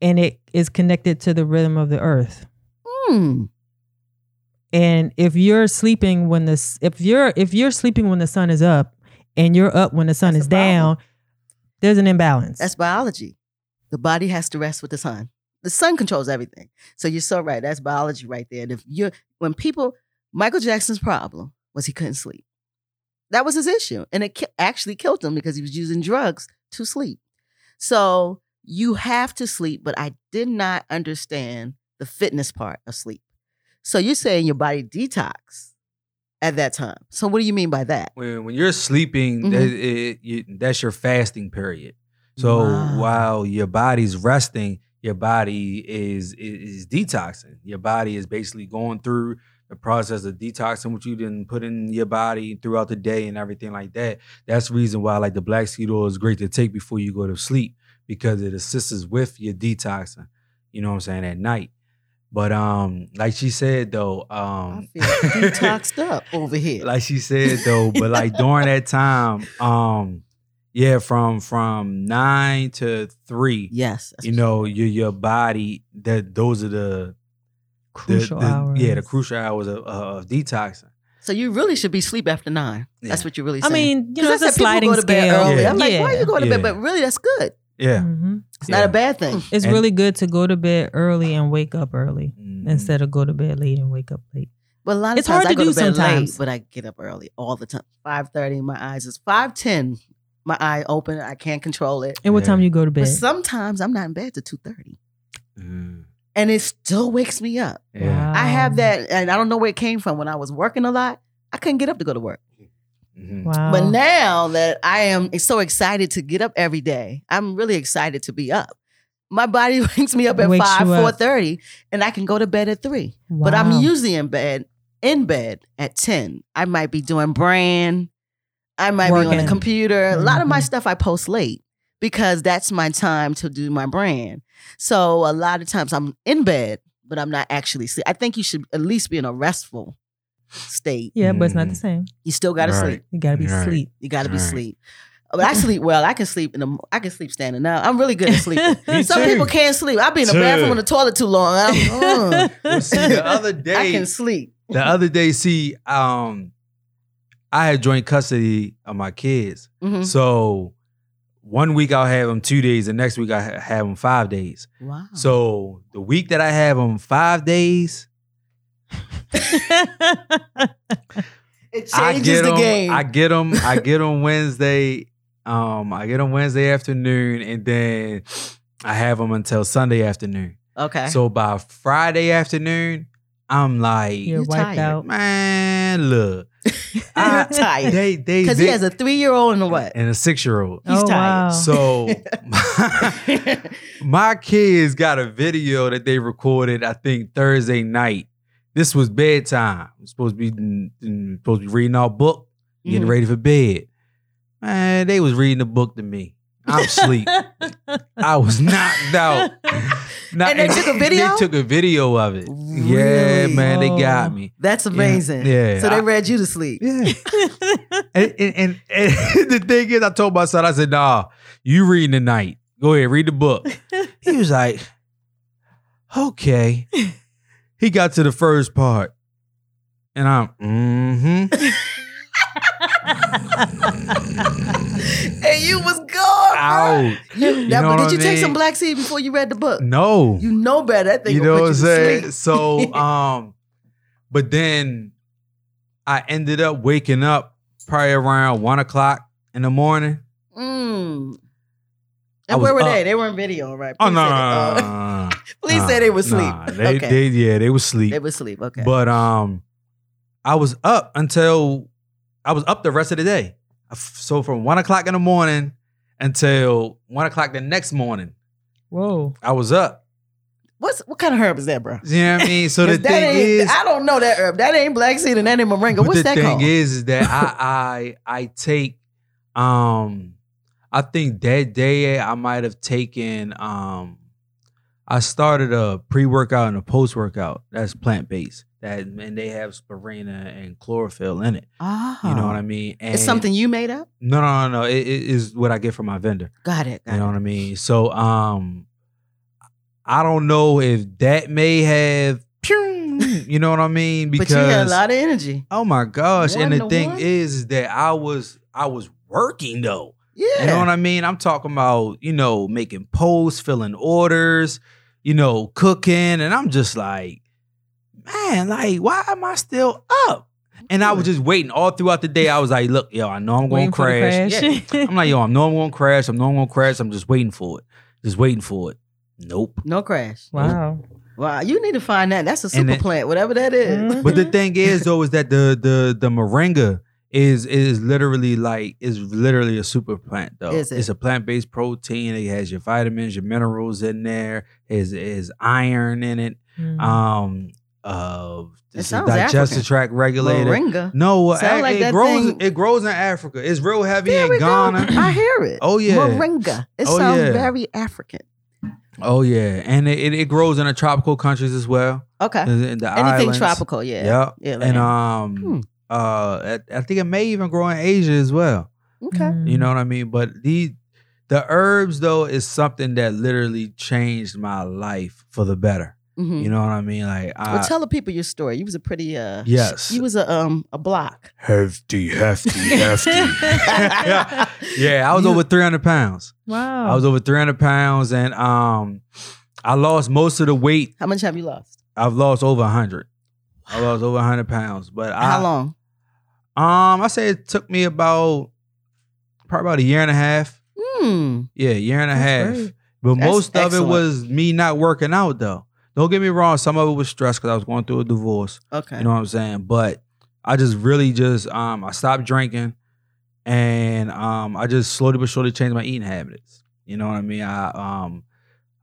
E: and it is connected to the rhythm of the earth.
C: Hmm.
E: And if you're sleeping when the s- if you're if you're sleeping when the sun is up and you're up when the sun
C: That's
E: is
C: a problem.
E: down, there's an imbalance.
C: That's biology. The body has to rest with the sun. The sun controls everything. So you're so right. That's biology right there. And if you're when people Michael Jackson's problem was he couldn't sleep. That was his issue, and it ki- actually killed him because he was using drugs to sleep. So you have to sleep, but I did not understand the fitness part of sleep. So you're saying your body detox at that time. So what do you mean by that?
D: When, when you're sleeping,
C: Mhm.
D: that- it- you- that's your fasting period. So
C: Wow.
D: while your body's resting, your body is, is is detoxing. Your body is basically going through the process of detoxing what you didn't put in your body throughout the day and everything like that. That's the reason why like the black seed oil is great to take before you go to sleep because it assists with your detoxing. You know what I'm saying at night. But um, like she said though,
C: I
D: um,
C: feel detoxed up Oh, over here.
D: like she said though but like during that time um yeah from from nine to three
C: yes, that's
D: you
C: what
D: know your your body that those are the, the-
E: crucial
D: the-
E: hours.
D: yeah the crucial hours of, of detoxing
C: So you really should be sleep after nine. That's
D: Yeah.
C: what you're really
E: I
C: saying.
E: mean, you know, it's
C: Because
E: a
C: I said people
E: sliding
C: go to bed
E: scale.
C: early. I'm like,
E: Yeah.
C: why you going to bed?
D: Yeah.
C: But really, that's good.
D: yeah
E: Mhm.
C: It's not
D: Yeah.
C: a bad thing.
E: It's
D: And-
E: really good to go to bed early and wake up early
C: Mm-hmm.
E: instead of go to bed late and wake up late.
C: But a lot of
E: It's hard
C: times I
E: to
C: go
E: do
C: to bed
E: sometimes.
C: late, but I get up early all the time. Five thirty, my eyes is five ten. My eye open, I can't control it.
E: And what
D: Yeah.
E: time you go to bed?
C: But sometimes I'm not in bed till two thirty,
D: Mm,
C: and it still wakes me up.
D: yeah
C: I have
E: Wow.
C: that, and I don't know where it came from. When I was working a lot, I couldn't get up to go to work.
D: Mhm.
E: Wow.
C: But now that I am so excited to get up every day, I'm really excited to be up. My body wakes me up at
E: Wakes
C: five,
E: you up.
C: four thirty, and I can go to bed at three. But I'm
E: Wow.
C: usually in bed, in bed at ten. I might be doing brand. I might be on
E: Working.
C: the computer. A lot of my
E: Mhm.
C: stuff I post late because that's my time to do my brand. So a lot of times I'm in bed, but I'm not actually sleep. I think you should at least be in a restful state.
E: Yeah, but it's not the
D: Mhm.
E: same.
C: You still got to
D: Right.
C: sleep.
E: You gotta be
D: Right.
E: sleep.
C: You got to be
D: Right.
C: sleep. But I sleep well. I can sleep in the. mo- I can sleep standing up. I'm really good at sleeping.
D: Me
C: Some
D: too.
C: people can't sleep. I've been in the
D: Too.
C: bathroom in the toilet too long. I'm, uh,
D: Well, see, the other
C: I
D: day
C: can sleep.
D: the other day see um i had joint custody of my kids
C: Mhm.
D: so one week i'll have them two days the next week i ha- have them five days
C: Wow.
D: So the week that I have them five days,
C: it
D: I
C: changes
D: get
C: the
D: 'em-
C: game.
D: I get them. I get them Wednesday. Um, I get them Wednesday afternoon, and then I have them until Sunday afternoon.
C: okay.
D: So by Friday afternoon, I'm like,
E: You're
C: You
E: wiped
C: tired.
E: out.
D: man, look, I,
C: You're tired.
D: they they
C: because he has a three year old and a what?
D: and a six year old.
C: He's
E: oh,
C: tired.
E: Wow.
D: So my kids got a video that they recorded, I think Thursday night. This was bedtime. I'm supposed to be mm, mm, supposed to be reading our book, getting
C: Mhm.
D: ready for bed. Man, they was reading the book to me. I'm asleep. I was knocked out. Not-
C: And they took a video?
D: They took a video of it. Yeah,
C: Really?
D: man, they
E: Oh.
D: got me.
C: That's amazing.
D: Yeah.
C: So
D: I-
C: they read you to sleep.
D: Yeah. And, and, and, and the thing is, I told my son, I said, nah, you reading tonight. Go ahead, read the book. He was like, okay. He got to the first part. And I'm, mm-hmm.
C: and you was gone.
D: Out.
C: bro. You,
D: know
C: but
D: what
C: did
D: I
C: you take some
D: mean?
C: black seed before you read the book?
D: No.
C: You know better. That thing
D: you
C: will
D: know
C: put
D: what I'm
C: to
D: saying?
C: sleep.
D: So, um, but then I ended up waking up probably around one o'clock in the morning.
C: Mm.
D: I
C: And where were
D: was
C: they?
D: up.
C: They were in video, right?
D: Oh
C: Please
D: no,
C: say
D: no,
C: that-
D: no,
C: uh,
D: no, no.
C: Please
D: Nah,
C: say they were sleep.
D: nah, they, they,
C: okay.
D: yeah, they was sleep.
C: They were sleep. Okay.
D: But um, I was up until I was up the rest of the day. I f- So from one o'clock in the morning until one o'clock the next morning,
E: Whoa.
D: I was up.
C: What's what kind of herb is that, bro?
D: You know what I mean? So the
C: 'Cause that
D: thing
C: ain't,
D: is,
C: I don't know that herb. That ain't black seed and that ain't moringa.
D: but
C: What's
D: the
C: that
D: thing
C: called?
D: is, is that I I I take um, I think that day I might have taken um, I started a pre workout and a post workout that's plant based. That and they have spirina and chlorophyll in it.
C: Ah,
D: You know what I mean? And
C: It's something you made up.
D: No, no, no, no. It, it is what I get from my vendor.
C: Got it. Got
D: You know
C: it.
D: what I mean? So, um, I don't know if that may have, you know what I mean?
C: but
D: Because
C: you had a lot of energy.
D: oh my gosh!
C: One
D: And the
C: to
D: thing
C: one?
D: is, is that I was I was working though.
C: Yeah.
D: You know what I mean? I'm talking about you know making posts, filling orders, you know cooking, and I'm just like, man, like why am I still up? And I was just waiting all throughout the day. I was like, look, yo, I know I'm going
E: Waiting
D: to
E: for the
D: crash. Yeah.
E: crash.
D: I'm like, yo, I know I'm going to crash. I know I'm going to crash. I'm just waiting for it. Just waiting for it. Nope.
C: no crash.
E: wow.
C: Wow, you need to find that. That's a
D: And
C: super
D: it- Mm-hmm.
C: plant, whatever that is.
E: Mhm.
D: But the thing is though is that the the the moringa is is literally like is literally a super plant though.
C: Is it?
D: It's a plant based protein. It has your vitamins, your minerals in there. Is is iron in it.
E: Mm.
D: Um, uh, it's a
C: Mm-hmm. sounds
D: digestive
C: African.
D: tract regulator.
C: Moringa.
D: No,
C: Sound
D: it,
C: like
D: it
C: that
D: grows.
C: thing-
D: It grows in Africa. It's real heavy
C: There
D: in
C: we go.
D: Ghana.
C: I hear it.
D: Oh, yeah.
C: Moringa. It
D: Oh,
C: sounds
D: yeah.
C: very African.
D: Oh yeah, and it, it, it grows in the tropical countries as well.
C: Okay.
D: in the- in the
C: Anything
D: islands.
C: tropical, yeah.
D: Yep.
C: Yeah. like
D: And
C: that.
D: um,
C: Hmm.
D: uh, I I think it may even grow in Asia as well.
C: okay.
E: Mm.
D: You know what I mean? But the the herbs though is something that literally changed my life for the better.
C: hmm
D: You know what I mean? Like
C: well,
D: I
C: tell the people your story. You was a pretty uh
D: Yes.
C: You was a um a block.
D: hefty, hefty, yeah, I was
C: You-
D: over three hundred pounds.
E: Wow.
C: Oh.
D: I was over three hundred pounds, and um, I lost most of the weight.
C: How much have you lost?
D: I've lost over hundred. I lost over hundred pounds, but I,
C: How long?
D: Um, I say it took me about probably about a year and a half.
C: Hmm.
D: Yeah, year and a
E: That's
D: half.
E: great.
D: But
C: That's
D: most of it
C: excellent.
D: was me not working out though. Don't get me wrong, some of it was stress because I was going through a divorce.
C: Okay.
D: You know what I'm saying? But I just really just um I stopped drinking and um I just slowly but surely changed my eating habits. You know what I mean? I um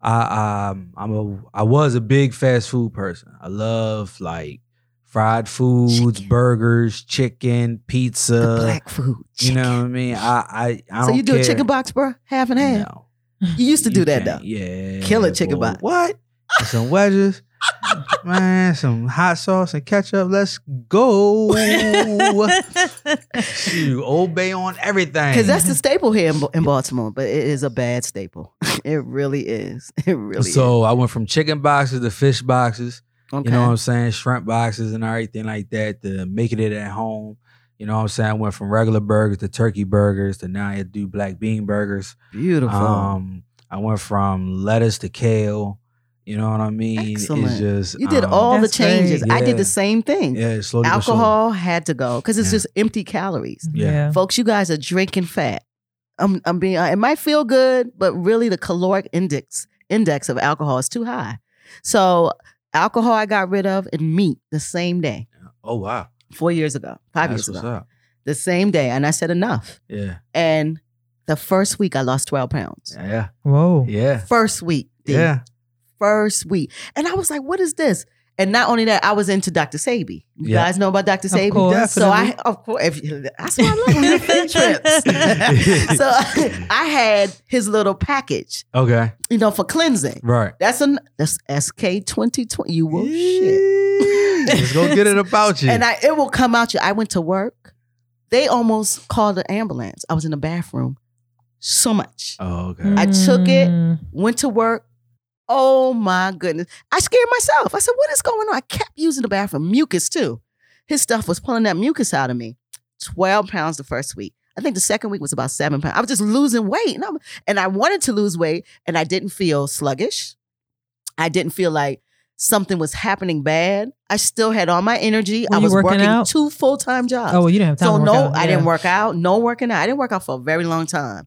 D: I um I'm a I was a big fast food person. I love like fried foods,
C: Chicken.
D: burgers, chicken, pizza.
C: the black food.
D: You
C: chicken.
D: know what I mean? I I, I
C: So
D: don't
C: you do
D: care.
C: a chicken box, bro? Half and half.
D: No,
C: You used to
D: you
C: do that
D: can't.
C: though.
D: Yeah,
C: Kill a chicken
D: boy.
C: box.
D: What? And some wedges, man. Some hot sauce and ketchup. Let's go. you obey on everything.
C: Because that's the staple here in, Ba- in Baltimore, but it is a bad staple. it really is. It really is.
D: so I went from chicken boxes to fish boxes.
C: Okay.
D: You know what I'm saying? Shrimp boxes and everything like that to making it at home. You know what I'm saying? I went from regular burgers to turkey burgers to now I do black bean burgers.
C: Beautiful.
D: Um, I went from lettuce to kale. You know what I mean?
C: Excellent.
D: It's just
C: you did
D: um,
C: all the
E: That's great.
C: changes. I did
D: Yeah.
C: the same thing.
D: Yeah, slowly but surely.
C: Alcohol had to go because it's
D: Yeah.
C: just empty calories.
D: Yeah.
E: yeah.
C: Folks, you guys are drinking fat. I'm, I'm being. uh, It might feel good, but really the caloric index index of alcohol is too high. So alcohol I got rid of and meat the same day
D: Oh wow,
C: four years ago, five
D: that's
C: years
D: what's
C: ago,
D: up.
C: the same day, and I said enough.
D: Yeah,
C: And the first week I lost twelve pounds.
D: yeah,
E: Whoa.
D: yeah,
C: First week, D.
D: yeah.
C: first week. And I was like, what is this? And not only that, I was into Dr. Sabi. You
D: Yeah.
C: guys know about Dr.
E: Of
C: Sabi?
E: course.
C: So I, of course, if you, that's why I love him, the field trips. so I had his little package,
D: Okay,
C: you know, for cleansing.
D: right.
C: That's an that's SK twenty twenty. You will shit.
D: shit. Let's go get it about you.
C: And I it will come out you. I went to work. They almost called an ambulance. I was in the bathroom. So much.
D: oh okay.
C: I took it.
E: Mm.
C: went to work. Oh my goodness. I scared myself. I said, what is going on? I kept using the bathroom. Mucus too. His stuff was pulling that mucus out of me. 12 pounds the first week. I think the second week was about seven pounds. I was just losing weight. And, I'm, and I wanted to lose weight and I didn't feel sluggish. I didn't feel like something was happening bad. I still had all my energy.
E: Were
C: I
E: you
C: was
E: working
C: working,
E: out?
C: two full time jobs.
E: Oh, well, you didn't have time.
C: So
E: to work
C: no,
E: out.
C: I
E: Yeah.
C: didn't work out. No working out. I didn't work out for a very long time,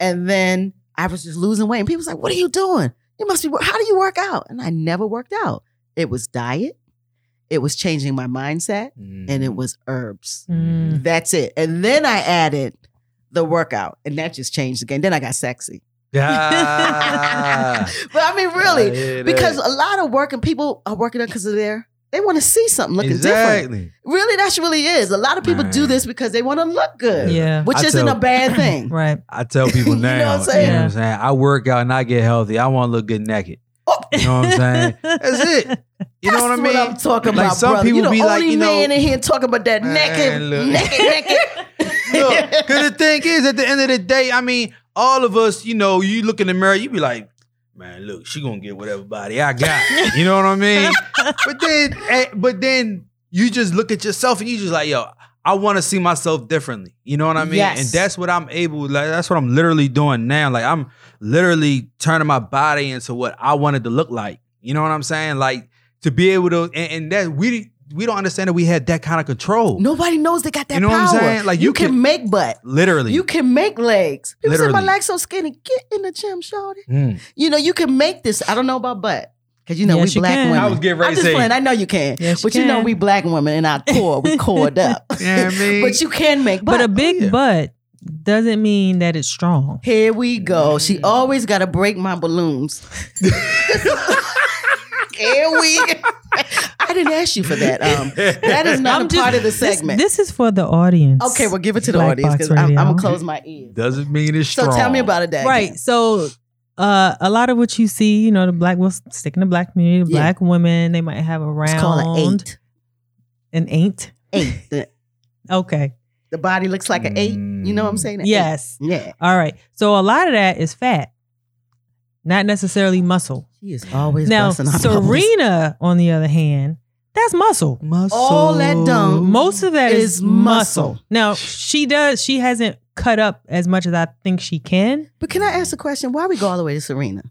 C: and then I was just losing weight. And people was like, "What are you doing? You must be. wor- How do you work out?" And I never worked out. It was diet. It was changing my mindset, Mm. and it was herbs.
E: Mm.
C: That's it. And then I added the workout, and that just changed again. Then I got sexy.
D: Yeah.
C: But I mean,
D: I
C: really,
D: hear
C: because
D: that.
C: a lot of working people are working out because of their they want to see something looking different.
D: exactly.
C: Really, that's really is. A lot of people do
D: Man.
C: this because they want to look good
E: Yeah.
C: which
D: I
C: isn't
D: tell-
C: a bad thing.
E: Right.
D: I tell people
C: You know
D: now.
C: what I'm saying?
D: You know what I'm saying? I work out and I get healthy. I want to look good naked.
C: Oh.
D: You know what I'm saying? That's it. You know what I mean?
C: am talking
D: Like,
C: about,
D: some
C: brother.
D: people
C: you the
D: be
C: only
D: like, you know-
C: man in here talking about that
D: Man,
C: naked,
D: look.
C: naked,
D: Look,
C: naked.
D: because the thing is, at the end of the day, I mean, all of us, you know, you look in the mirror, you be like, man, look, she gonna get whatever body I got. you know what I mean? But then, eh, but then you just look at yourself and you just like, yo, I want to see myself differently. You know what I mean?
C: Yes.
D: And that's what I'm able. Like that's what I'm literally doing now. Like I'm literally turning my body into what I wanted to look like. You know what I'm saying? Like to be able to, and, and that we we don't understand that we had that kind of control.
C: Nobody knows they got that
D: You know
C: power.
D: what I'm saying? Like,
C: you,
D: you
C: can,
D: can-
C: make butt.
D: Literally.
C: You can make legs.
F: People say my
D: Literally.
F: legs so skinny. Get in the gym, shorty.
D: Mm.
C: You know, you can make this. I don't know about butt. Cause you know
E: Yes,
C: we
E: you
C: black
E: can.
C: women.
E: I
D: was getting ready
C: I'm
D: to
C: just
D: say-
C: playing. I know you can.
E: Yes, you
C: but you know
E: can.
C: we black women in our core, we cored up.
D: Yeah, I mean?
C: But you can make butt.
E: But a big
D: yeah.
E: butt doesn't mean that it's strong.
C: Here we go. She always got to break my balloons. Here we. I didn't ask you for that. Um, that is not
E: I'm
C: a
E: just-
C: part of the
E: This,
C: segment.
E: this is for the audience.
C: okay, well, give it to the
E: Black
C: audience
E: Box
C: because I'm, I'm
E: Radio.
C: gonna close my ears.
D: doesn't mean it's
C: So
D: strong.
C: tell me about it, Dad.
E: right. So uh, a lot of what you see, you know, the black will stick in the black community, the
C: Yeah.
E: black women, they might have a round
C: It's called an eight.
E: an eight.
C: Eight. The,
E: Okay.
C: the body looks like an eight. You know what I'm
D: Mm.
C: saying? An eight.
E: Yes.
C: Yeah.
E: All right. So a lot of that is fat, not necessarily muscle.
C: She is always
E: now,
C: busting our
E: Serena, on the other hand, that's muscle.
D: Muscle.
C: All that dumb
E: Most of that
C: Is
E: is, muscle.
C: muscle.
E: Now, she does, she hasn't cut up as much as I think she can
C: But can I ask a question? Why we go all the way to Serena?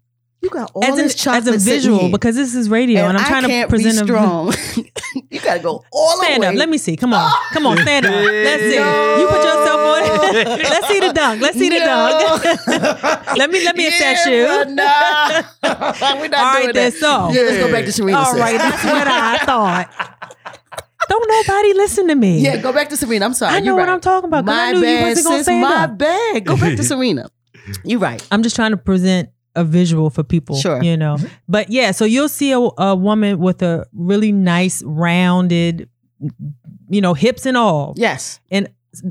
C: You got all
E: as, an-
C: this
E: as
C: chocolate
E: a
C: sitting
E: visual
C: here,
E: because this is radio and, I'm
C: I
E: trying
C: can't
E: to present
C: be strong. you gotta go
E: a
C: all
E: stand
C: the way.
E: up. Let me see. Come on. Come on, stand up. Let's see. You put yourself on. Let's see the dunk. Let's see the dunk. Let me- let me assess you.
C: yeah, you. Nah. We're not
E: All
C: doing
E: right, then.
C: that.
E: So,
C: Let's go back to Serena.
E: All
C: sis.
E: right, that's what I thought. Don't nobody listen to me.
C: yeah, go back to Serena. I'm sorry.
E: I know
C: You're
E: what
C: right.
E: I'm talking about. 'cause
C: My
E: I knew
C: bad,
E: you wasn't gonna
C: sis.
E: say
C: My
E: that.
C: bad. Go back to Serena. You're right.
E: I'm just trying to present a visual for people.
C: Sure. Mm-hmm.
E: You know. But yeah, so you'll see a, a woman with a really nice rounded you know, hips and all.
C: Yes.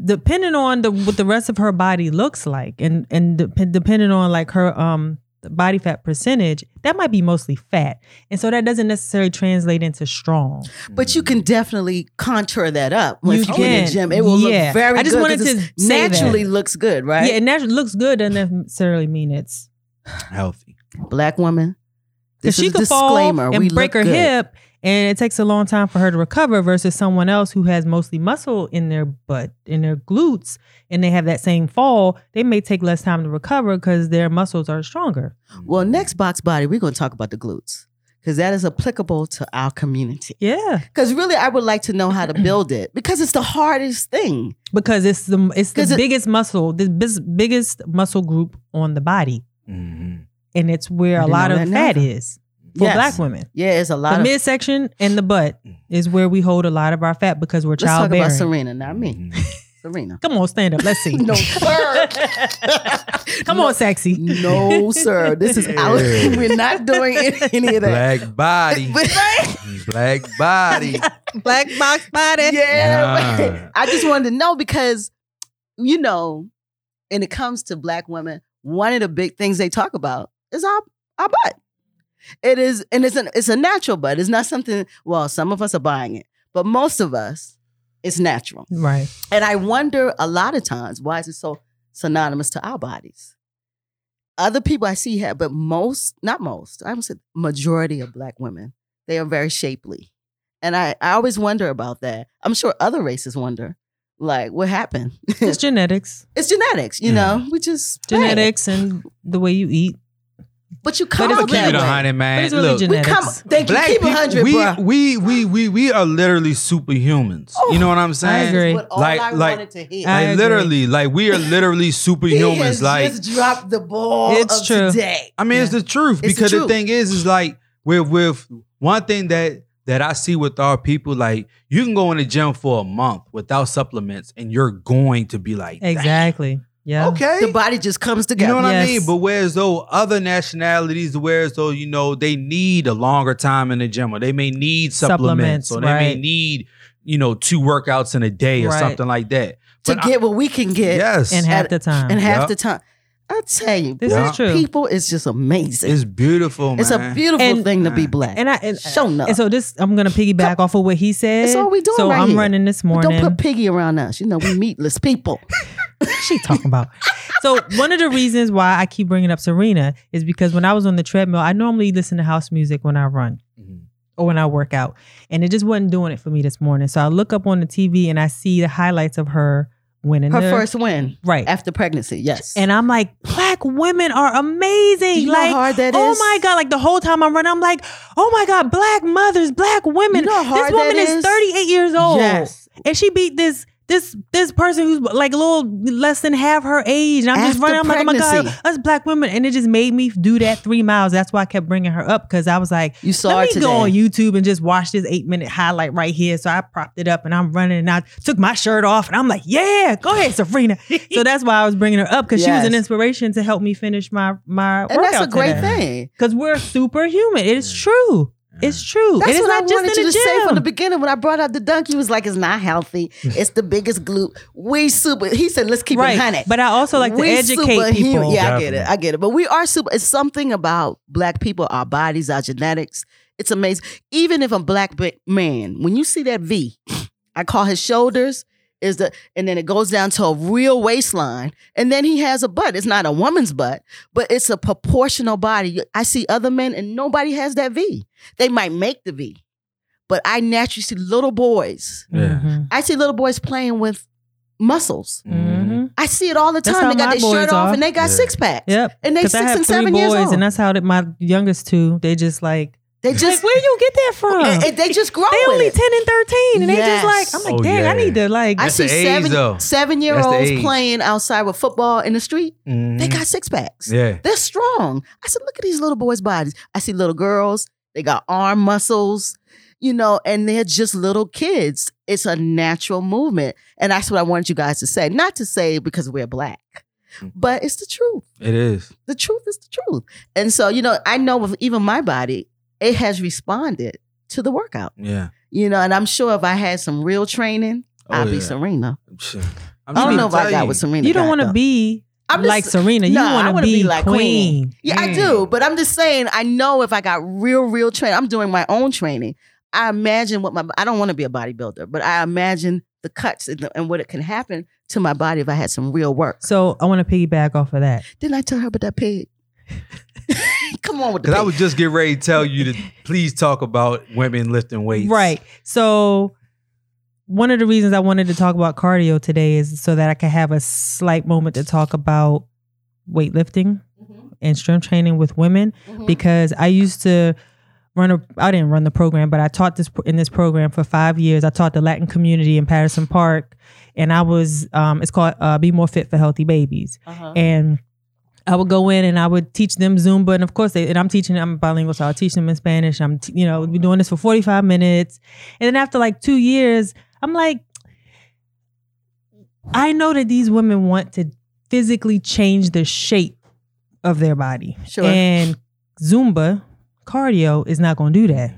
E: Depending on the what the rest of her body looks like and and dep- depending on like her um body fat percentage, that might be mostly fat. And so that doesn't necessarily translate into strong.
C: But you can definitely contour that up when
E: You
C: you get in the
E: can.
C: gym. It will
E: Yeah.
C: look very good.
E: I just
C: 'cause
E: wanted to
C: it's
E: say that.
C: naturally looks good, right?
E: Yeah, and that looks good doesn't necessarily mean it's
D: Healthy.
C: Black woman.
E: Because
C: This
E: she
C: is a
E: could
C: disclaimer.
E: fall
C: we
E: and break
C: look
E: her
C: good.
E: hip, and it takes a long time for her to recover versus someone else who has mostly muscle in their butt, in their glutes, and they have that same fall. They may take less time to recover because their muscles are stronger.
D: Mm-hmm.
C: Well, next box body, we're going to talk about the glutes because that is applicable to our community.
E: Yeah,
C: Because really, I would like to know how to build it because it's the hardest thing.
E: because it's the it's the
C: 'Cause it-
E: biggest muscle, the bis- biggest muscle group on the body,
D: Mhm.
E: and it's where
C: I
E: a
C: didn't
E: lot
C: know
E: of
C: that
E: fat
C: neither.
E: is for
C: Yes.
E: black women.
C: Yeah, it's a lot
E: The
C: of.
E: midsection and the butt is where we hold a lot of our fat because we're
C: Let's talk
E: childbearing.
C: about
E: Mm-hmm.
C: Serena, not me.
D: Mhm.
C: Serena.
E: Come on, stand up. Let's see.
C: No, sir.
E: Come on, sexy.
C: No, sir. This is out.
D: Yeah.
C: We're not doing any of that.
D: Black body. Mm-hmm. Black body.
E: Black box body.
C: Yeah.
D: Nah.
C: I just wanted to know because, you know, when it comes to black women, one of the big things they talk about is our, our butt. It is, and it's an it's a natural butt. It's not something, well, some of us are buying it, but most of us, it's natural.
E: Right.
C: And I wonder a lot of times why is it so synonymous to our bodies? Other people I see have, but most, not most, I would say majority of black women, they are very shapely. And I, I always wonder about that. I'm sure other races wonder, like, what happened?
E: It's genetics.
C: it's genetics, you know?
D: Mm.
C: We just. bad.
E: Genetics and the way you eat.
C: But you
E: But
C: come
E: it's
D: I'm
C: out
D: gonna keep
C: that
D: it a
C: way.
D: hundred, man.
E: But it's really
D: Look,
E: genetic.
C: We come,
E: Genetics.
C: thank you,
D: black
C: keep a
D: people,
C: 100,
D: we,
C: bruh.
D: we we we we are literally superhumans. you know what I'm saying?
E: I agree.
C: What all
D: Like-
C: I
D: like-
C: wanted to hear.
E: I
D: Like
E: agree.
D: literally, like we are literally
C: He
D: superhumans.
C: has
D: like
C: just dropped the ball
E: It's
C: of
E: true.
C: today.
D: I mean, it's the truth
C: It's the
D: because the,
C: truth.
D: thing is, is like with with one thing that that I see with our people, like you can go in the gym for a month without supplements, and you're going to be like, "Damn,
E: Exactly. Yeah.
D: okay,
C: The body just comes
D: You
C: together.
D: know what I
E: Yes.
D: mean? But whereas though other nationalities, whereas though, you know, they need a longer time in the gym or they may need supplements,
E: Supplements,
D: or they
E: right.
D: may need, you know, two workouts in a day or
E: Right.
D: something like that.
C: to
D: But I-
C: get what we can get
D: yes.
E: And half the time.
C: and half
D: Yep.
C: the time. I tell you,
E: This
C: black
E: is true.
C: people is just amazing. It's,
D: it's beautiful, man.
C: a beautiful
E: And-
C: thing to be
D: Man.
C: black.
E: and I and,
C: Shown up.
E: and so this I'm gonna piggyback off of what he said.
C: That's all we doing
E: So
C: right
E: I'm
C: here.
E: running this
C: But
E: morning.
C: Don't put piggy around us. You know, we meatless people.
E: she talking about. So one of the reasons why I keep bringing up Serena is because when I was on the treadmill, I normally listen to house music when I run
D: Mm-hmm.
E: or when I work out, and it just wasn't doing it for me this morning. So I look up on the TV and I see the highlights of her winning
C: Her
E: the-
C: first win
E: right.
C: after pregnancy. Yes.
E: And I'm like, black women are amazing.
C: Do you know
E: like,
C: how hard that
E: oh
C: is?
E: my god! Like the whole time I'm running, I'm like, oh my god, black mothers, black women.
C: You know how
E: this
C: hard
E: woman
C: that
E: is
C: is?
E: 38 years old,
C: Yes.
E: and she beat this this this person who's like a little less than half her age. And I'm just
C: After
E: running. I'm like, oh my
C: pregnancy.
E: god, us black women, and it just made me do that three miles. That's why I kept bringing her up because I was like,
C: You saw
E: let
C: her
E: me
C: today.
E: go on YouTube and just watch this eight minute highlight right here. So I propped it up and I'm running and I took my shirt off and I'm like, yeah, go ahead, Sabrina. so that's why I was bringing her up because she was an
C: Yes.
E: inspiration to help me finish my my
C: And
E: workout
C: that's a great
E: today.
C: thing.
E: Because we're superhuman. It is
D: Yeah.
E: true. It's true.
C: That's
E: it is
C: what
E: not
C: I
E: just
C: wanted
E: in
C: you
E: the
C: to
E: gym.
C: say from the beginning when I brought out the dunk. He was like, "It's not healthy. It's the biggest glute. We super." He said, "Let's keep it
E: right.
C: honey."
E: But I also like to
C: We
E: educate
C: superhuman.
E: people.
C: Yeah, I
D: Definitely.
C: get it. I get it. But we are super. It's something about black people, our bodies, our genetics. It's amazing. Even if a black ba- man, when you see that V, I call his shoulders is the, and then it goes down to a real waistline, and then he has a butt. It's not a woman's butt, but it's a proportional body. You- I see other men, and nobody has that V. They might make the V, but I naturally see little boys.
D: Yeah.
E: Mhm.
C: I see little boys playing with muscles.
E: Mhm.
C: I see it all the
E: That's
C: time.
E: how
C: They got
E: my
C: their shirt
E: boys
C: off
E: are.
C: and they got
D: Yeah.
C: six packs.
E: Yep.
C: And they
E: Because
C: six
E: I have
C: and
E: three
C: seven years
E: boys,
C: old.
E: and that's how did my youngest two. They just like,
C: they
E: like
C: just
E: where you get that from?
C: and- and they just grow.
E: they
C: with
E: only
C: it.
E: 10 and 13 and they
C: Yes.
E: just like i'm like
D: Oh,
E: dang i
D: yeah.
E: need to like
C: I
D: That's
C: see
D: the age, though.
C: seven seven year
D: That's the
C: olds
D: age.
C: playing outside with football in the street.
D: Mhm.
C: They got six packs.
D: yeah.
C: They're strong. I said, look at these little boys' bodies. I see little girls. They got arm muscles, you know, and they're just little kids. It's a natural movement, and that's what I wanted you guys to say. Not to say because we're black,
D: Mm.
C: but it's the truth.
D: It is.
C: the truth is the truth. And so, you know, I know with even my body, it has responded to the workout,
D: Yeah.
C: you know, and I'm sure if I had some real training,
D: Oh,
C: I'd be
D: yeah.
C: Serena.
D: Shit. I'm
C: I
D: trying
C: don't know
D: to
C: if I
D: tell
C: got
D: you.
C: what Serena
E: you don't
C: got,
E: want to
C: though.
E: be
C: I'm
E: like
C: just-
E: serena you
C: No, I
E: want to
C: wanna
E: be,
C: be like
E: queen,
C: queen. Yeah, I do. But I'm just saying, I know if I got real, real training, I'm doing my own training. I imagine what my, I don't want to be a bodybuilder, but I imagine the cuts and, the, and what it can happen to my body if I had some real work.
E: so i want to piggyback off of that
C: Didn't I tell her about that pig? Come on with the
D: Because
C: pig.
D: I was just getting ready to tell you to please talk about women lifting weights.
E: right so one of the reasons i wanted to talk about cardio today is so that i could have a slight moment to talk about weightlifting
C: Mhm,
E: and strength training with women
C: mhm.
E: because I used to run a I didn't run the program, but I taught this in this program for five years. I taught the Latin community in Patterson Park, and I was um, it's called uh, Be More Fit for Healthy Babies,
C: Uh-huh.
E: and I would go in and I would teach them Zumba, and of course, they, and I'm teaching I'm bilingual, so I'll teach them in Spanish. I'm t- you know we're doing this for 45 minutes, and then after like two years, I'm like. I know that these women want to physically change the shape of their body.
C: Sure.
E: And Zumba cardio is not going to do that.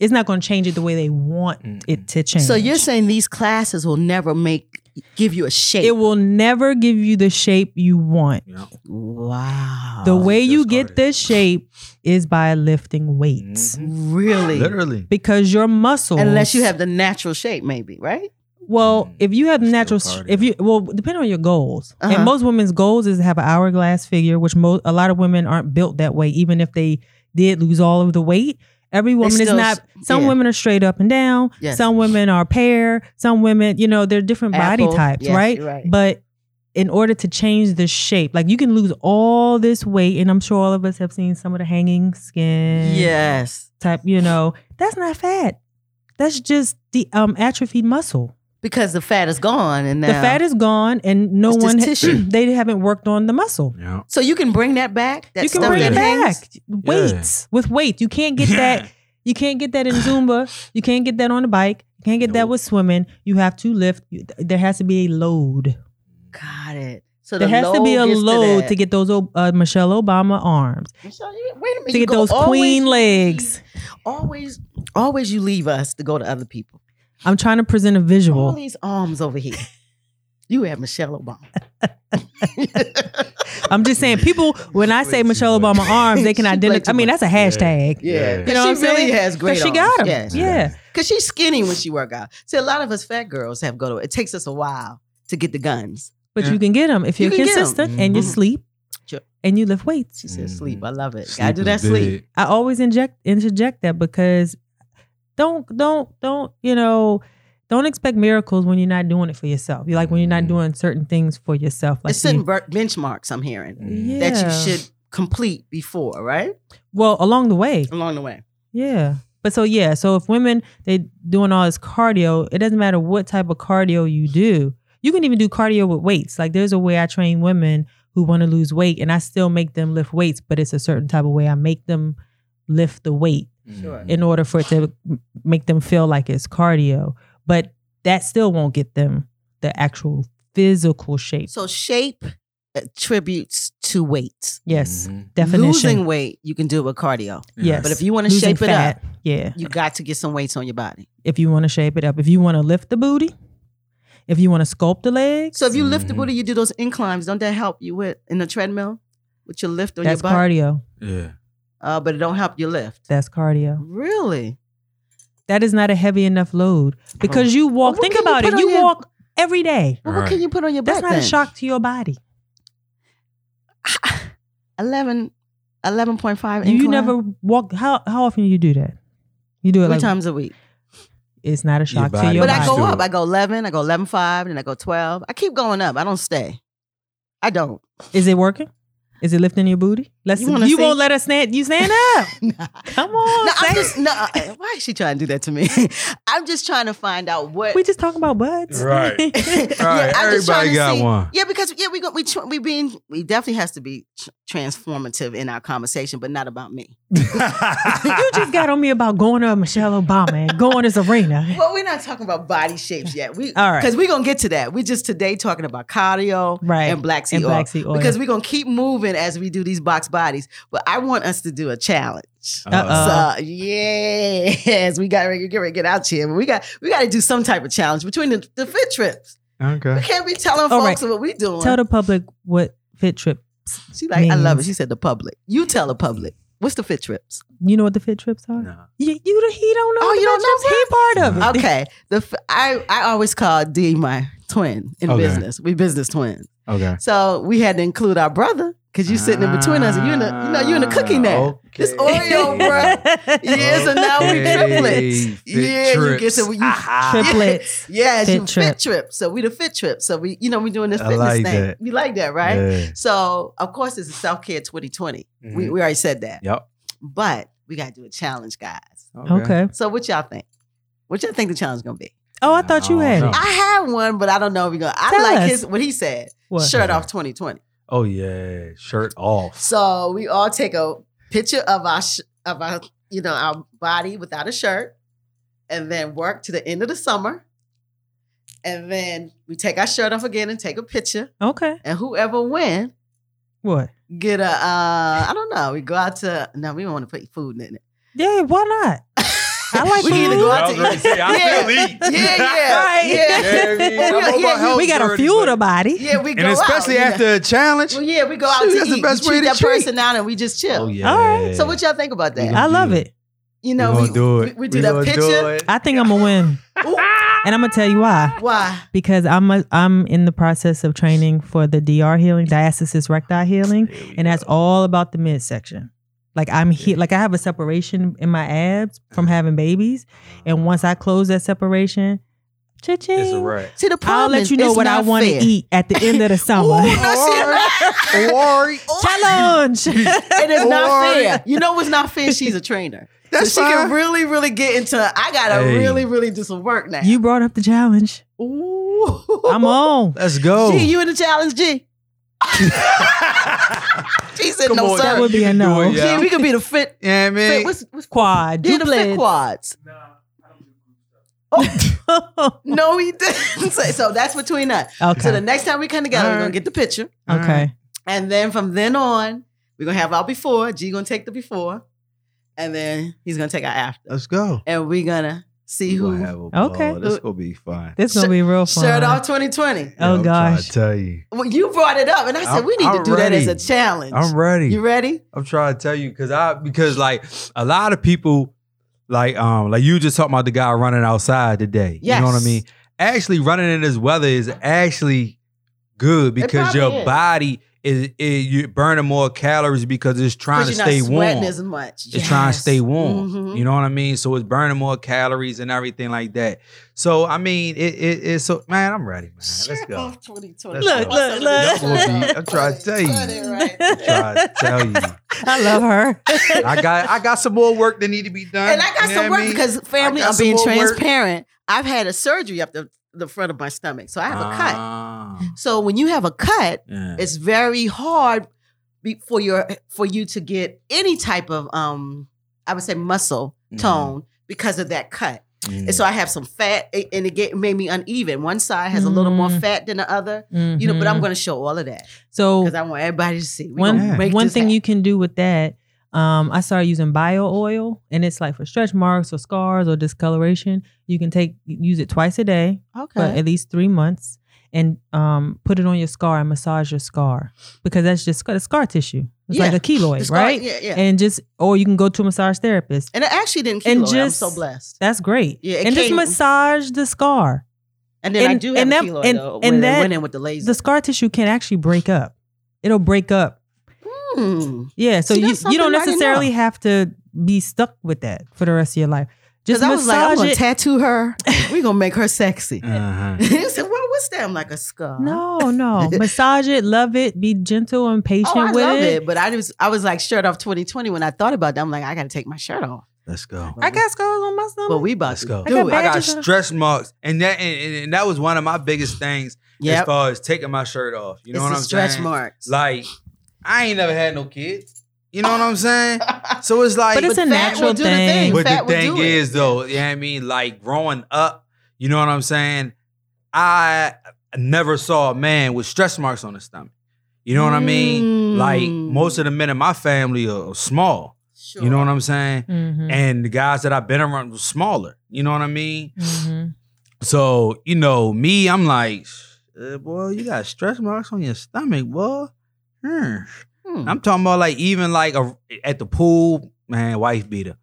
E: It's not going to change it the way they want
D: Mm-mm.
E: it to change.
C: So you're saying these classes will never make give you a shape?
E: it will never give you the shape you want.
D: Yeah.
C: wow.
E: The way
D: just
E: you get
D: cardio.
E: this shape is by lifting weights
D: Mhm.
C: really,
D: Literally.
E: because your muscles.
C: Mm-hmm. unless you have the natural shape, maybe right?
E: Well,
D: Mm,
E: if you have
D: that's
E: natural,
D: still
E: s-
D: cardio.
E: if you well, depending on your goals,
C: Uh-huh.
E: and most women's goals is to have an hourglass figure, which mo- a lot of women aren't built that way. Even if they did lose all of the weight, every woman is
C: still
E: not.
C: s-
E: Some
C: yeah.
E: women are straight up and down.
C: Yes.
E: Some women are pear. Some women, you know, they're different body
C: Apple.
E: types,
C: Yes,
E: right?
C: you're right.
E: But in order to change the shape, like you can lose all this weight, and I'm sure all of us have seen some of the hanging skin
C: Yes,
E: type. You know, that's not fat. That's just the um, atrophied muscle.
C: because the fat is gone, and now,
E: The fat is gone, and no
C: It's just
E: one
C: tissue.
E: they haven't worked on the muscle.
D: Yeah.
C: so you can bring that back. That
E: you can
C: stuff
E: bring
C: that
E: it back.
C: hangs?
E: Weights with weight, you can't get that. You can't get that in Zumba. You can't get that on the bike. You can't get that
D: Nope.
E: with swimming. You have to lift. You- There has to be a load.
C: Got it. So
E: There
C: the
E: has to
C: load
E: be a
C: gets
E: load
C: that.
E: to, get those O- uh, Michelle Obama arms,
C: Michelle, you- Wait a minute.
E: to
C: you
E: get
C: go
E: those
C: always-
E: queen legs.
C: Always, always, you leave us to go to other people.
E: I'm trying to present a
C: All
E: visual.
C: these arms over here. You have Michelle Obama.
E: I'm just saying, people, when I
D: She
E: say
D: played
E: Michelle
D: too much.
E: Obama arms, they can
C: She played
E: identify. I
C: too
E: mean,
C: much.
E: that's a hashtag.
D: Yeah.
C: Yeah,
D: You
C: because
E: know what I'm
C: she really
E: saying?
C: has great.
E: Because she
C: arms.
E: got them.
C: Yes.
E: Yeah.
C: because she's skinny when she work out. See, a lot of us fat girls have go to. It takes us a while to get the guns.
E: But
D: Yeah.
E: you can get them if
C: You
E: you're
C: can get 'em. Mm-hmm.
E: consistent and you
D: Mhm.
E: sleep
C: Sure.
E: and you lift weights.
C: She said
D: Mhm.
C: sleep. I love it.
D: Sleep
C: Gotta do
D: is
C: that sleep.
D: big.
E: I always inject interject that because don't don't don't you know don't expect miracles when you're not doing it for yourself. You like when you're not
C: Mm-hmm.
D: Mhm.
E: doing certain things for yourself. Like
C: it's setting
E: you-
C: ver- benchmarks, I'm hearing,
D: Mm.
C: that
E: Yeah.
C: you should complete before, right?
E: well along the way.
C: Along the way.
E: Yeah. But so yeah, so if women they doing all this cardio, it doesn't matter what type of cardio you do. You can even do cardio with weights. Like there's a way I train women who want to lose weight and I still make them lift weights, but it's a certain type of way I make them lift the weight
C: Sure.
E: in order for it to m- make them feel like it's cardio. But that still won't get them the actual physical shape.
C: So shape attributes to weight.
E: yes,
D: Mhm.
E: definition.
C: Mm-hmm. Losing weight, you can do it with cardio.
E: Yes.
C: But if you want to
E: Losing
C: shape it
E: fat.
C: up,
E: yeah.
C: you got to get some weights on your body.
E: If you want to shape it up, if you want to lift the booty, if you want to sculpt the legs,
C: So if you lift the
D: Mhm.
E: Mm-hmm.
C: booty, you do those inclines. Don't that help you with in the treadmill with your lift on
E: that's
C: your butt?
E: cardio.
D: Yeah.
C: uh, but it don't help your lift.
E: That's cardio.
C: Really?
E: That is not a heavy enough load because you walk.
C: Oh. Well, what
E: think
C: can you
E: about
C: put
E: it.
C: on
E: You
C: your-
E: walk every day.
C: Well, what
D: Right.
C: can you put on your
E: That's
C: butt?
E: not a
C: then?
E: shock to your body.
C: 11, 11.5
E: You, you
C: incline?
E: never walk. How how often you do that? You do it
C: three
E: like
C: times a week.
E: it's not a shock to
D: body.
E: your
C: But
E: body.
C: I
D: Nice
C: go
D: to
C: up.
D: it.
C: I go 11, I go 11.5, then I go 12. I keep going up. I don't stay. I don't.
E: Is it working? Is it lifting your booty? Let's.
C: You
E: You,
C: wanna see?
E: won't let us stand. You stand up.
C: nah.
E: Come on.
C: No, I'm
E: say-
C: just, no, uh, why is she trying to do that to me? I'm just trying to find out what.
E: we just talking about buds,
D: Right.
C: Yeah,
D: right,
C: I'm just
D: everybody
C: trying to
D: got one.
C: Yeah, because yeah, we go, we tr- we being we definitely has to be tr- transformative in our conversation, but not about me.
E: you just got on me about going to Michelle Obama and going to Serena.
C: Well, we're not talking about body shapes yet. We
E: All right.
C: because we're gonna get to that. We're just today talking about cardio
E: Right.
C: and black sea
E: And
C: oil
E: black sea oil.
C: because we're gonna keep moving as we do these box bodies. But I want us to do a challenge.
E: Uh-oh.
C: so yes, we got to get ready to get out here. But we got we got to do some type of challenge between the, the fit trips. We
D: Okay.
C: can't be telling
E: All
C: folks what we doing.
E: Tell the public what fit trip.
C: she like I love it.
E: means-
C: She said the public. You tell the public. What's the fit trips?
E: You know what the fit trips are?
D: Nah.
E: You, you don't- he don't know.
C: Oh,
E: what
C: you
E: the
C: don't know
E: fit trips. He part of it.
C: Okay, the f- I I always call D my twin in
D: Okay.
C: business. We business twins.
D: Okay.
C: So we had to include our brother because you sitting in between us and you in the you know you in the
D: Ah,
C: cookie now. It's Oreo, Oh, bro. Yeah, so now we triplets. Yeah, you get to- you-
E: Triplets.
C: Yeah, it's
E: Fit
C: you
E: trip.
C: fit trip. So we the fit trip. So we you know we doing this
D: I
C: fitness
D: like
C: thing.
D: that.
C: We like that, right? So of course this is self care 2020. We
D: Mm-hmm.
C: we already said that,
D: Yep.
C: but we got to do a challenge, guys.
E: Okay.
C: So what y'all think? What y'all think the challenge gonna be?
E: Oh, I thought you
D: I
E: had
D: don't
E: it.
D: know.
C: I had one, but I don't know if we gonna. I
E: Tell
C: like
E: us.
C: his what he said.
E: What?
C: Shirt off 2020.
D: Oh yeah. Shirt off.
C: So we all take a picture of our sh- of our you know our body without a shirt, and then work to the end of the summer, and then we take our shirt off again and take a picture,
E: Okay.
C: and whoever win
E: What?
C: get a uh, I don't know. We go out to no, we don't want to put food in it.
E: Yeah. Why not? I like
C: we either
E: food.
C: go
D: I
C: out
D: was
C: to
D: gonna
C: eat.
D: say, I
C: yeah.
D: still eat.
C: yeah, yeah,
E: Right.
D: Yeah, I
C: yeah,
D: mean, I'm
C: Well, yeah,
D: over
C: yeah,
D: health
E: we gotta
D: dirty,
E: fuel
D: but-
E: the body.
C: yeah. We go
D: And especially
C: out, you
D: after
C: know.
D: a challenge.
C: Well, yeah, we go out
D: Shoot,
C: to
D: that's
C: eat.
D: the best
C: we
D: way
C: treat
D: to
C: that
D: treat.
C: person out, and we just chill.
D: Oh yeah.
C: So what y'all think about that?
E: I love it.
C: you
D: We
C: know,
D: gonna
C: we
D: do it.
C: We, we do that
D: gonna
C: picture.
D: it.
E: I think I'm gonna win,
C: Ooh,
E: and I'm gonna tell you why.
C: why?
E: because I'm a, I'm in the process of training for the DR healing, diastasis recti healing,
D: There we
E: and that's
D: go.
E: all about the midsection. Like I'm he- like I have a separation in my abs from
C: Uh-huh.
E: having babies, and once I close that separation,
D: It's a
E: cha-ching,
D: wrap.
C: See, the
E: I'll
C: problem
E: let
C: is
E: you know
C: it's
E: what I
C: not
E: want to
C: fair.
E: eat at the end of the
C: Ooh,
E: summer.
C: no, she
D: Ori.
C: Oh,
E: Challenge.
C: It is not
D: Or-
C: fair. You know what's not fair? She's a trainer.
D: That's
C: so she
D: fine.
C: can really, really get into I gotta
D: Hey.
C: really, really do some work now.
E: you brought up the challenge.
C: Ooh.
E: I'm Oh. on.
D: Let's go.
C: G, you in the challenge, G. She said
D: Come
C: no,
D: on,
C: sir.
E: That would be a
D: can do
E: no.
D: it, yeah.
C: G, we could be the fit.
D: yeah, I mean,
C: fit what's, what's
E: Quad,
C: do the fit
E: duplet.
C: quads? No, he didn't. So, so that's between us. So the
E: okay.
C: next time we come together, we're gonna get the picture.
E: Okay.
C: And then from then on, we're gonna have our before. G gonna take the before, and then he's gonna take our after.
D: let's go.
C: And we're gonna see
D: We
C: who
D: gonna have a ball.
E: Okay.
D: This gonna be fun.
E: This gonna be real fun.
C: shirt off 2020.
E: Oh,
D: I'm trying
E: gosh.
D: to tell you,
C: Well, you brought it up, and I said
D: I'm-
C: we need to
D: I'm
C: do that as a
D: ready.
C: challenge.
D: I'm ready.
C: You ready?
D: I'm trying to tell you because I because like a lot of people like um like you just talking about the guy running outside today. You know what I
C: Yes.
D: mean? Actually running in this weather is actually good because your
C: probably is.
D: body is, is you burning more calories because it's trying to
C: you're not
D: stay warm.
C: sweating as much.
D: It's trying to
C: Yes.
D: stay warm.
C: Mhm.
D: You know what I mean? So it's burning more calories and everything like that. So I mean, it, it it's so man, I'm ready, man. Let's
C: Shit,
D: go.
C: off 2020.
D: Let's
E: go. Look, look,
D: look. Y'all will be- I'm trying to tell you.
C: Got it right.
D: Try to tell you,
E: I love her.
D: I got I got some more work that need to be done.
C: And I got
D: You know
C: some
D: what I
C: work
D: mean?
C: because family,
D: I got
C: I'm being
D: some more work.
C: transparent. I've had a surgery up the, the front of my stomach. So I have a cut.
D: Ah,
C: So when you have a cut,
D: yeah.
C: it's very hard be- for your for you to get any type of um I would say muscle
E: Mm-hmm.
D: Mhm.
C: tone because of that cut.
D: Mm.
C: And so I have some fat a- and it get, made me uneven. One side has a little more
E: Mm.
C: fat than the other. You know, but I'm going to show all of that
E: Mm-hmm. So
C: because I want everybody to see. We gonna
E: one
C: break
E: one
C: this
E: thing
C: down.
E: you can do with that, um, I started using bio oil, and it's like for stretch marks or scars or discoloration. You can take use it twice a day for
C: okay.
E: at least three months, and um, put it on your scar and massage your scar because that's just scar, scar tissue. It's
C: Yeah.
E: like a keloid,
C: The scar-
E: right?
C: Yeah, yeah. And,
E: And just or you can go to a massage therapist.
C: it actually didn't kill.
E: and
C: And
E: just-
C: I'm so blessed.
E: That's great.
C: Yeah, it
E: and just
C: came-
E: massage the scar.
C: And then I
E: and-
C: do have
E: and
C: a
E: that-
C: keloid
E: and-
C: though,
E: and
C: when
E: that-
C: I went in with the laser.
E: The scar tissue can actually break up. It'll break up
C: Hmm.
E: Yeah, so
C: See,
E: you
C: that's
E: you don't
C: something I didn't
E: necessarily have to be stuck with that for the rest of your life. Just
C: Because I was
E: massage
C: like, I'm gonna
E: it.
C: tattoo her. We're gonna make her sexy.
D: Uh-huh.
C: he said, "Well, what's that?" I'm like a scar.
E: no, no, massage it, love it, be gentle and patient
C: Oh, I
E: with
C: love
E: it.
C: it. but I was I was like shirt off 2020 when I thought about that. I'm like, I gotta take my shirt off.
D: Let's go.
E: I got scars on my stomach.
C: But we about
D: Let's
C: to
D: go.
E: I got
C: do
E: back-
C: it.
D: I got
E: badges on-
D: stretch marks, and that and, and- and that was one of my biggest things as
C: Yep.
D: far as taking my shirt off. You know
C: it's
D: what
C: a
D: I'm
C: stretch
D: saying?
C: marks.
D: Like, I ain't never had no kids. You know what I'm saying? So it's like,
E: But it's a
C: But fat
E: natural
C: will do the
E: thing.
C: thing.
D: But the
C: fat would
D: thing
C: do it.
D: is, though, you know what I mean? Like growing up, you know what I'm saying? I never saw a man with stretch marks on his stomach. You know what I mean?
C: Mm.
D: Like most of the men in my family are small.
C: Sure.
D: You know what I'm saying?
C: Mm-hmm.
E: Mhm,
D: And the guys that I've been around were smaller. You know what I mean?
E: mhm.
D: So, you know, me, I'm like, uh, boy, you got stretch marks on your stomach, boy. Hmm.
C: Hmm.
D: I'm talking about like even like a, at the pool, man, wife beater.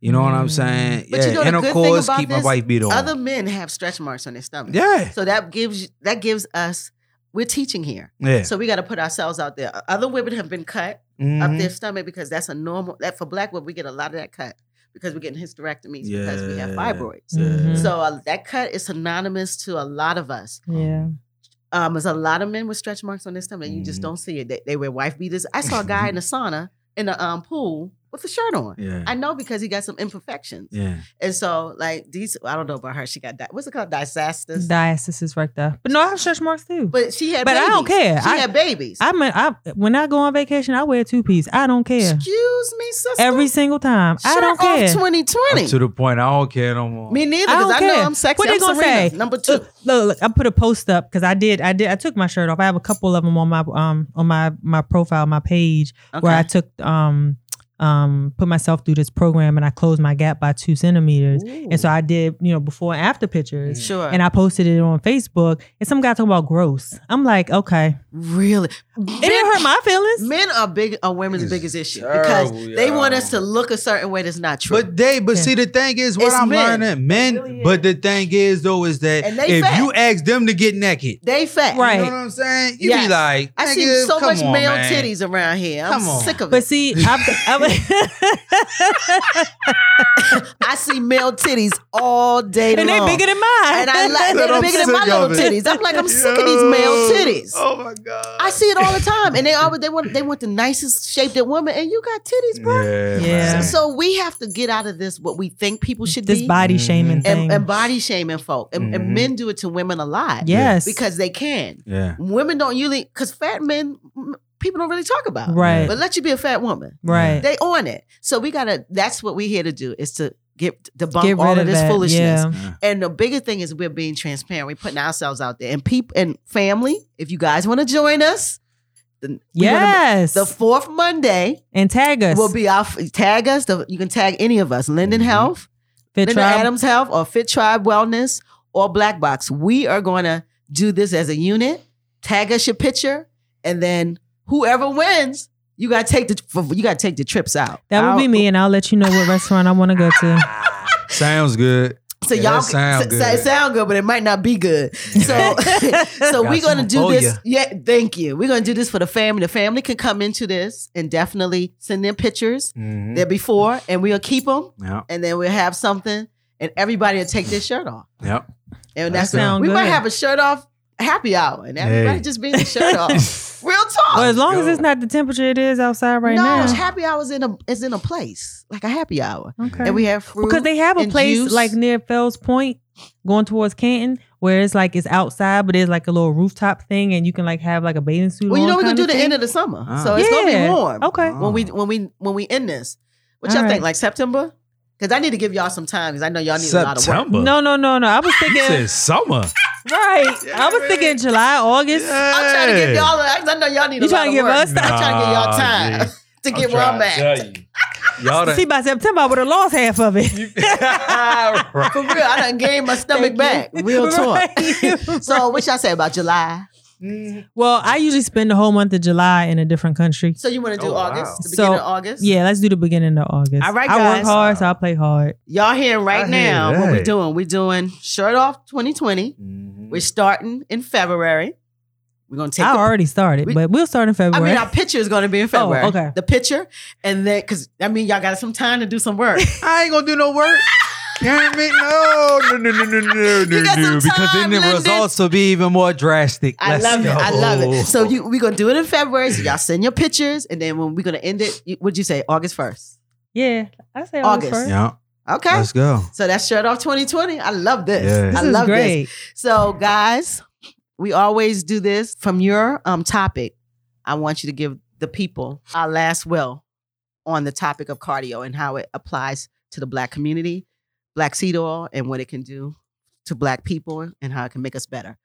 D: You know what I'm
E: Mm.
D: saying?
C: But you know the good thing about
D: keep my
C: this,
D: wife beater on.
C: Other men have stretch marks on their stomach.
D: yeah,
C: So that gives you- that gives us we're teaching here.
D: yeah.
C: So we got to put ourselves out there. Other women have been cut.
D: Mhm.
C: up their stomach because that's a normal that for black women we get a lot of that cut because we're getting hysterectomies because we have
D: Yeah.
C: fibroids.
E: Mm-hmm.
D: Yeah.
C: So uh, that cut is synonymous to a lot of us.
E: Yeah.
C: Um, there's a lot of men with stretch marks on their stomach. You just
D: Mhm.
E: Mm-hmm.
C: don't see it. They, they wear wife beaters. I saw a guy in the sauna in the um, pool with a shirt on.
D: yeah,
C: I know because he got some imperfections.
D: yeah.
C: And so, like these, I don't know about her. She got di- what's it called, disastis.
E: Diastasis is right there. But no, I have stretch marks too.
C: but she had,
E: But I don't
C: babies.
E: care.
C: She
E: I-
C: had babies.
E: I'm a, I when I go on vacation, I wear two piece. I don't care.
C: Excuse me, sister.
E: Every single time. I
C: Shirt
E: don't
C: off
E: care.
C: 2020.
D: Up to the point, I don't care no more.
C: Me neither,
E: I
C: because
E: don't
C: I, know
E: care.
C: I'm sexy.
E: What they
C: I'm
E: gonna
C: Serena,
E: say? Uh,
C: Number two.
E: Look, look, I put a post up because I did, I did, I took my shirt off. I have a couple of them on my um on my my profile, my page where I took um um put myself through this program and I closed my gap by two centimeters. And so I did, you know, before and after pictures.
C: sure.
E: And I posted it on Facebook, and some guy talking about gross. I'm like, okay,
C: really,
E: it didn't hurt my feelings.
C: men are big are women's
D: It's
C: biggest issue
D: terrible,
C: because they
D: y'all.
C: want us to look a certain way that's not true.
D: But they, but
E: Yeah.
D: see, the thing is, what
C: It's
D: I'm
C: men.
D: learning, men.
E: really
D: but the thing is, though, is that
C: And they
D: if
C: fat.
D: you ask them to get naked,
C: they fat.
E: Right.
D: you know what I'm saying? You
C: Yes.
D: be like,
C: I see
D: nigga,
C: so
D: come
C: much
D: on,
C: male
D: man.
C: titties around here. I'm
D: Come on.
C: sick of
E: But
C: it.
E: see, I've, I've
C: I see male titties all day
E: and they're
C: long.
E: bigger than mine.
C: and I like
D: Said
C: they're
D: I'm
C: bigger than my
D: sick of
C: little
D: it.
C: titties. I'm like, I'm sick of these male
D: Yo.
C: titties.
D: Oh my god.
C: I see it all the time. And they always they want they want the nicest shaped woman. And you got titties, bro.
D: Yeah.
E: Yeah.
D: man.
C: So we have to get out of this what we think people should
E: this
C: be
E: body
D: Mhm.
E: shaming thing.
C: Mm-hmm. and, and body shaming folk. And, and
D: Mhm.
C: men do it to women a lot.
E: yes,
C: Because they can.
D: yeah.
C: Women don't usually, because fat men, m- people don't really talk about.
E: right,
C: But let you be a fat woman.
E: right.
C: They on it. So we gotta, that's what we're here to do is to get debunk
E: Get rid
C: all of
E: of
C: this
E: that.
C: foolishness.
E: Yeah.
C: And the bigger thing is we're being transparent. We're putting ourselves out there. And people and family, if you guys want to join us, the, we wanna-
E: Yes.
C: the fourth Monday
E: and tag us.
C: will be our f- tag us. The, you can tag any of us, Linden
D: Mhm.
E: Mm-hmm.
C: Health,
E: Fit
C: Linda
E: Tribe.
C: Adams Health or Fit Tribe Wellness or Black Box. We are going to do this as a unit. Tag us your picture, and then whoever wins, you got to take the for- you got to take the trips out.
E: That will be me, and I'll let you know what restaurant I want to go to.
D: Sounds good.
C: So
D: Yeah, that
C: y'all
D: sound
C: so- so it
D: good.
C: sound good, but it might not be good. So so
D: Got
C: we're gonna
D: some
C: do
D: for
C: this.
D: ya.
C: Yeah, thank you. We're gonna do this for the family. The family can come into this and definitely send them pictures.
D: Mhm.
C: They're before, and we'll keep them,
D: Yep.
C: and then we'll have something, and everybody will take their shirt off.
D: Yep.
C: And
D: That
C: that's it.
E: sound
C: we might
E: good.
C: have a shirt off happy hour, and everybody
D: Hey.
C: just being the shirt off. Real talk.
E: Well, as long as
D: go.
E: it's not the temperature it is outside right
C: no,
E: now.
C: it's happy hour is in a is in a place like a happy hour,
E: okay.
C: and we have fruit
E: because they have a
C: and
E: place
C: juice.
E: like near Fells Point, going towards Canton, where it's like it's outside, but it's like a little rooftop thing, and you can like have like a bathing suit.
C: Well, you
E: on
C: know we're gonna
E: kind
C: do
E: of
C: the
E: thing.
C: end of the summer,
D: Ah.
C: so it's gonna
E: Yeah.
C: be warm.
E: Okay.
C: when we when we when we end this. What y'all
E: All
C: think?
E: right.
C: Like September? Because I need to give y'all some time because I know y'all need a lot of work.
D: September.
E: No, no, no, no. I was
D: You
E: thinking
D: said summer.
E: right. I was thinking July, August.
C: I'm trying to give y'all. I know y'all need
E: You
C: a lot
E: trying
C: of
E: to give
C: work.
E: us Ah, time?
C: I'm trying to give y'all time
D: Nah, G.
C: to get where I'm at.
D: all done.
E: See, by September, I would have lost half of it.
D: Right.
C: For real, I done gained my stomach back.
E: Thank you.
C: Real talk.
E: Right.
C: so what y'all say about July?
E: well, I usually spend the whole month of July in a different country.
C: So you want to do
D: Oh, wow.
C: August? The
E: So,
C: beginning of August?
E: Yeah, let's do the beginning of August.
C: All right,
E: I
C: guys.
E: work hard, so I play hard.
C: Y'all hearing right
D: I hear
C: now what we're
D: that.
C: doing. We're doing shirt off 2020.
D: Mm-hmm.
C: We're starting in February. We're gonna take
E: I
C: the-
E: already started,
C: we-
E: but we'll start in
C: I
E: February.
C: mean, our picture is going to be in February.
E: okay.
C: The picture, and then because I mean, y'all got some time to do some work.
D: I ain't gonna do no work. Damn it! No, no, no, no, no, no, no,
C: You got some
D: no. Because
C: time,
D: then the
C: Lyndon.
D: results will be even more drastic.
C: I
D: Let's
C: love it.
D: go.
C: I love it. So you, we're gonna do it in February. So y'all send your pictures, and then when we're gonna end it, you, what'd you say? August first.
E: yeah, I say August.
C: August.
E: first.
D: yeah,
C: Okay.
D: let's go.
C: so that's shirt off 2020. I love this.
D: Yeah.
E: This
C: I
E: is
C: love
E: great.
C: this. So guys, we always do this from your um topic. I want you to give the people our last will on the topic of cardio and how it applies to the black community, black seed oil, and what it can do to black people and how it can make us better.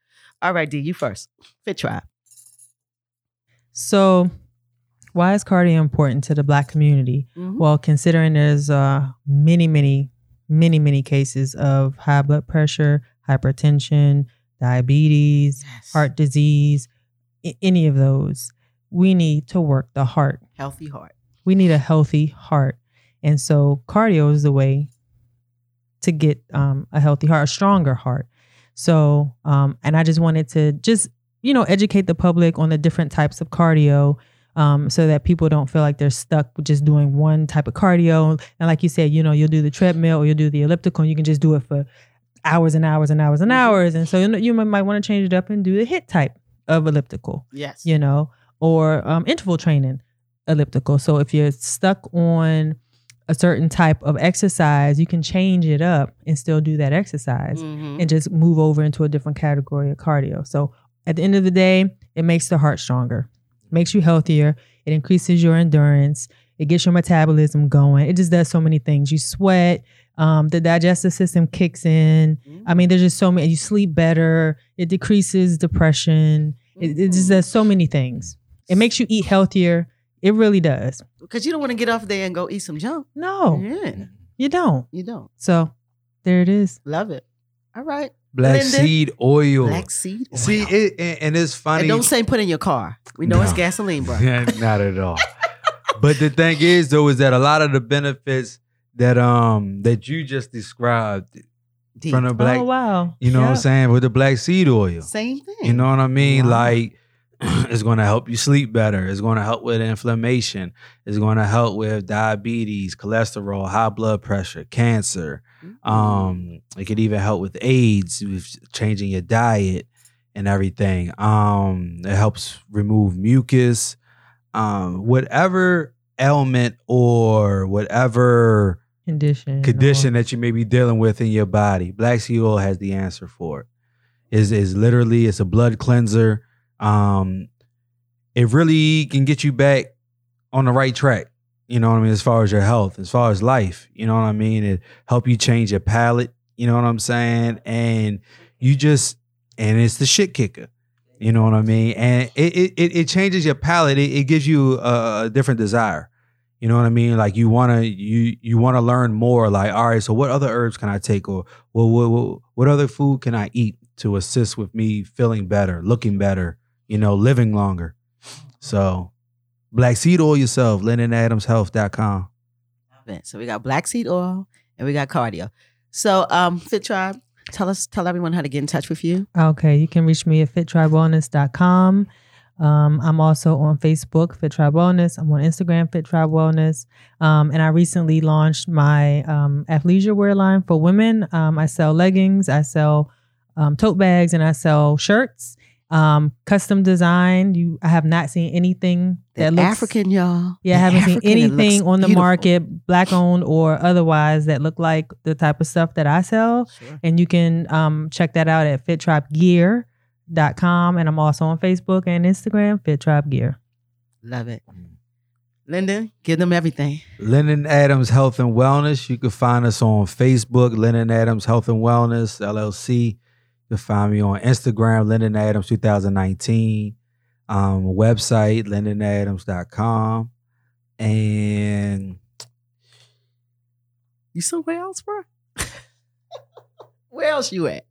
C: All right, D, you first. Fit tribe.
E: So, why is cardio important to the Black community?
C: Mhm.
E: Well, considering there's uh, many, many, many, many cases of high blood pressure, hypertension, diabetes, heart disease, a- any of those, we need to work the heart.
C: Healthy heart.
E: We need a healthy heart, and so cardio is the way to get um, a healthy heart, a stronger heart. So, um, and I just wanted to just you know educate the public on the different types of cardio. Um, so that people don't feel like they're stuck with just doing one type of cardio. And like you said, you know, you'll do the treadmill or you'll do the elliptical and you can just do it for hours and hours and hours and hours. And so you, know, you might- might want to change it up and do the HIT type of elliptical
C: Yes.
E: you know, or um, interval training elliptical. So if you're stuck on a certain type of exercise, you can change it up and still do that exercise
C: Mhm.
E: and just move over into a different category of cardio. So at the end of the day, it makes the heart stronger, makes you healthier, it increases your endurance, it gets your metabolism going. It just does so many things. You sweat, um, the digestive system kicks in.
C: Mm-hmm.
E: I mean, there's just so many. You sleep better. It decreases depression. It, it just does so many things. It makes you eat healthier. It really does.
C: Because you don't want to get off there and go eat some junk.
E: No,
D: Mm-hmm.
C: Yeah,
E: you don't.
C: you don't.
E: So there it is.
C: Love it. All right.
D: Black
C: Lyndon.
D: seed oil.
C: Black seed. oil.
D: See, it, and, and it's funny.
C: and don't say put in your car. We know it's
D: No.
C: gasoline, bro.
D: Yeah, not at all. but the thing is, though, is that a lot of the benefits that um that you just described
C: D.
D: from the black,
E: oh wow.
D: you know what I'm
E: Yep.
D: saying, with the black seed oil,
C: Same thing.
D: you know what I mean?
E: Wow.
D: Like, it's going to help you sleep better. It's going to help with inflammation. It's going to help with diabetes, cholesterol, high blood pressure, cancer.
C: Mm-hmm.
D: Um, it could even help with AIDS, with changing your diet and everything. Um, it helps remove mucus, um, whatever ailment or whatever
E: Condition. or-
D: condition that you may be dealing with in your body. Black seed oil has the answer for it. Is is literally it's a blood cleanser. Um, it really can get you back on the right track. You know what I mean? As far as your health, as far as life, you know what I mean. It help you change your palate. You know what I'm saying? And you just and it's the shit kicker. You know what I mean? And it it it, it changes your palate. It, it gives you a, a different desire. You know what I mean? Like you wanna you you wanna learn more. Like all right, so what other herbs can I take, or what what what, what other food can I eat to assist with me feeling better, looking better, you know, living longer. So, black seed oil yourself, LennonAdamsHealth.com.
C: So we got black seed oil and we got cardio. So, um, Fit Tribe, tell us, tell everyone how to get in touch with you.
E: Okay, you can reach me at fittribewellness.com. Um, I'm also on Facebook, Fit Tribe Wellness. I'm on Instagram, Fit Tribe Wellness. Um, and I recently launched my um, athleisure wear line for women. Um, I sell leggings, I sell um, tote bags, and I sell shirts. Um, custom design. You, I have not seen anything that looks
C: African, y'all.
E: Yeah, I haven't
C: African, it
E: seen
C: looks
E: anything on the
C: beautiful.
E: market, black owned or otherwise, that look like the type of stuff that I sell.
C: Sure.
E: And you can um, check that out at fittrapgear.com. And I'm also on Facebook and Instagram, Fit Tribe Gear.
C: Love it.
D: Mm.
C: Linda, give them everything.
D: Lennon Adams Health and Wellness. You can find us on Facebook, Lennon Adams Health and Wellness LLC. You can find me on Instagram, Lennon Adams 2019. Um, website, lennonadams.com. And
C: You somewhere else, bro? Where else you at?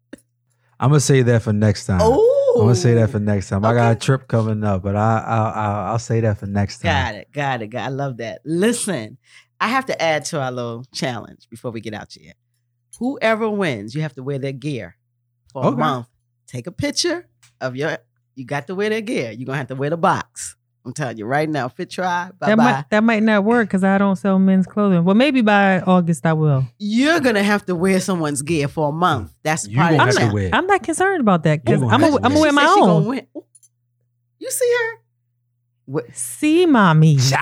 D: I'm gonna say that for next time.
C: Oh,
D: I'm gonna say that for next time. I got a
C: Okay.
D: trip coming up, but I, I, I I'll say that for next time.
C: Got it, got it, got. I love that. Listen, I have to add to our little challenge before we get out here. Whoever wins, you have to wear their gear for
D: Okay.
C: a month. Take a picture of your. You got to wear their gear. You're gonna have to wear the box. I'm telling you right now. Fit try. Bye
E: That
C: bye.
E: might, that might not work because I don't sell men's clothing. Well, maybe by August I will.
C: You're gonna have to wear someone's gear for a month. That's
D: You
C: part
D: gonna
C: of
D: have
C: it.
D: to wear.
E: I'm not concerned about that because
D: Ooh,
E: I'm
D: that's
E: going to
D: nice.
E: wear my
C: She said she gonna
E: own.
C: win. You see her?
E: See, mommy.
C: yeah,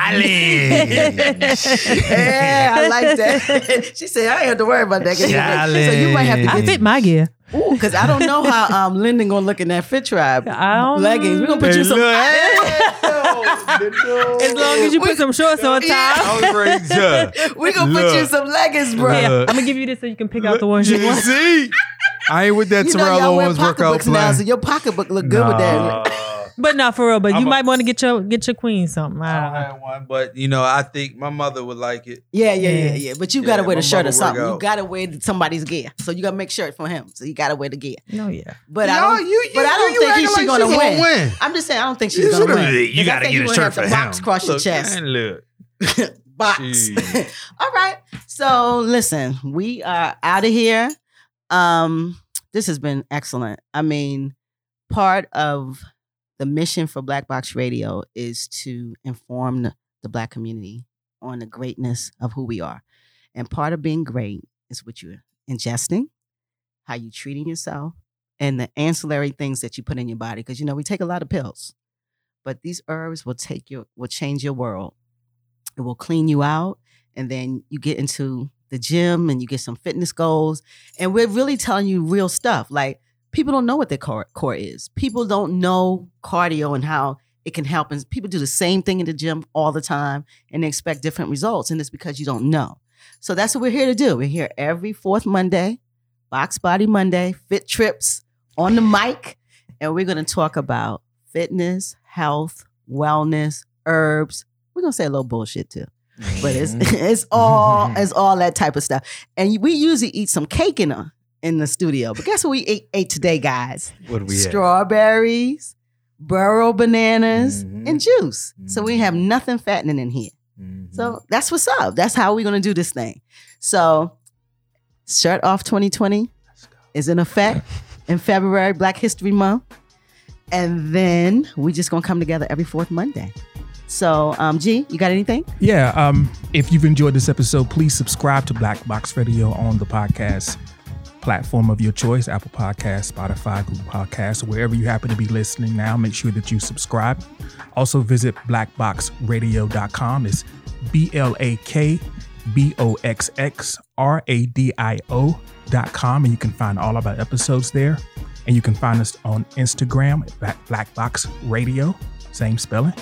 C: I like that. she said, I ain't have to worry about that. She said, you might have to
E: I
C: get
E: fit my gear.
C: Ooh, because I don't know how um Lyndon gonna look in that fit tribe
E: I don't
C: leggings. We're gonna put you some.
E: As long as you
C: We-
E: put some shorts on top.
C: Yeah.
D: I was ready to.
C: We're gonna put you
D: Look.
C: some leggings, bro.
E: Yeah,
D: Look.
E: I'm gonna give you this so you can pick out the ones you
D: You
E: want.
D: see? I ain't with that
C: You know
D: Terrell
C: y'all wear
D: Owens workout
C: pocketbooks now,
D: plan.
C: so your pocketbook look good with that.
E: But not for real. But
D: I'm
E: you
D: a-
E: might want to get your get your queen something. I don't know.
D: one, but you know, I think my mother would like it.
C: Yeah, yeah, yeah, yeah. But you gotta
D: Yeah,
C: wear
D: my
C: the shirt
D: mama
C: or something.
D: work
C: You
D: out.
C: gotta wear somebody's gear. So you gotta make shirt for him. So you gotta wear the gear.
E: No, yeah.
C: But
D: No,
C: I don't.
D: you-
C: but
D: you-
C: I don't
D: you
C: think
D: acting
C: he's
D: like
C: she
D: she's
C: gonna,
D: gonna
C: win.
D: win.
C: I'm just saying I don't think she's gonna win.
D: You
C: Because I
D: gotta get
C: think you
D: a
C: gonna
D: shirt
C: have
D: for
C: to
D: him.
C: box across your
D: Look,
C: chest.
D: man, look.
C: box.
D: Jeez.
C: All right. So listen, we are out of here. Um, this has been excellent. I mean, part of the mission for Black Box Radio is to inform the- the Black community on the greatness of who we are. And part of being great is what you're ingesting, how you're treating yourself, and the ancillary things that you put in your body. Because you know, we take a lot of pills, but these herbs will take your will change your world. It will clean you out and then you get into the gym and you get some fitness goals and we're really telling you real stuff like people don't know what their core, core is people don't know cardio and how it can help and people do the same thing in the gym all the time and they expect different results and it's because you don't know so that's what we're here to do we're here every fourth monday box body monday fit trips on the mic and we're going to talk about fitness health wellness herbs we're going to say a little bullshit too but it's
D: Mm-hmm.
C: it's all it's all that type of stuff. And we usually eat some cake in a, in the studio, but guess what we ate, ate today, guys?
D: what do we at?
C: Strawberries, burro bananas,
D: Mhm.
C: and juice. So we have
D: Mhm.
C: nothing fattening in here.
D: Mhm.
C: So that's what's up. That's how we're gonna do this thing. So shirt off 2020 is in effect in February, Black History Month. And then we just gonna come together every fourth Monday. So um, G, you got anything?
G: Yeah. Um, if you've enjoyed this episode, please subscribe to Black Box Radio on the podcast platform of your choice Apple Podcasts, Spotify, Google Podcasts, or wherever you happen to be listening now. Make sure that you subscribe. Also, visit blackboxradio.com. It's B L A K B O X X R A D I O.com. And you can find all of our episodes there. And you can find us on Instagram at Black- Black Box Radio, same spelling.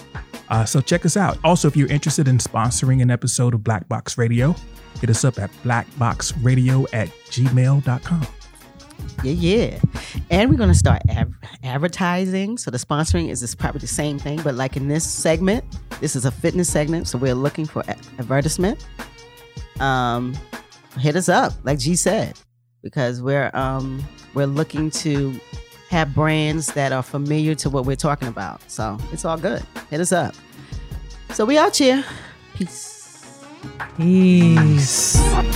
G: Uh, so check us out. Also, if you're interested in sponsoring an episode of Black Box Radio, hit us up at blackboxradio at gmail.com.
C: Yeah, yeah. And we're going to start ad- advertising. So the sponsoring is is probably the same thing, but like in this segment, this is a fitness segment, so we're looking for a- advertisement. Um, hit us up, like G said, because we're um we're looking to have brands that are familiar to what we're talking about. So it's all good. Hit us up. So we out here. Peace.
E: Peace.
D: Peace.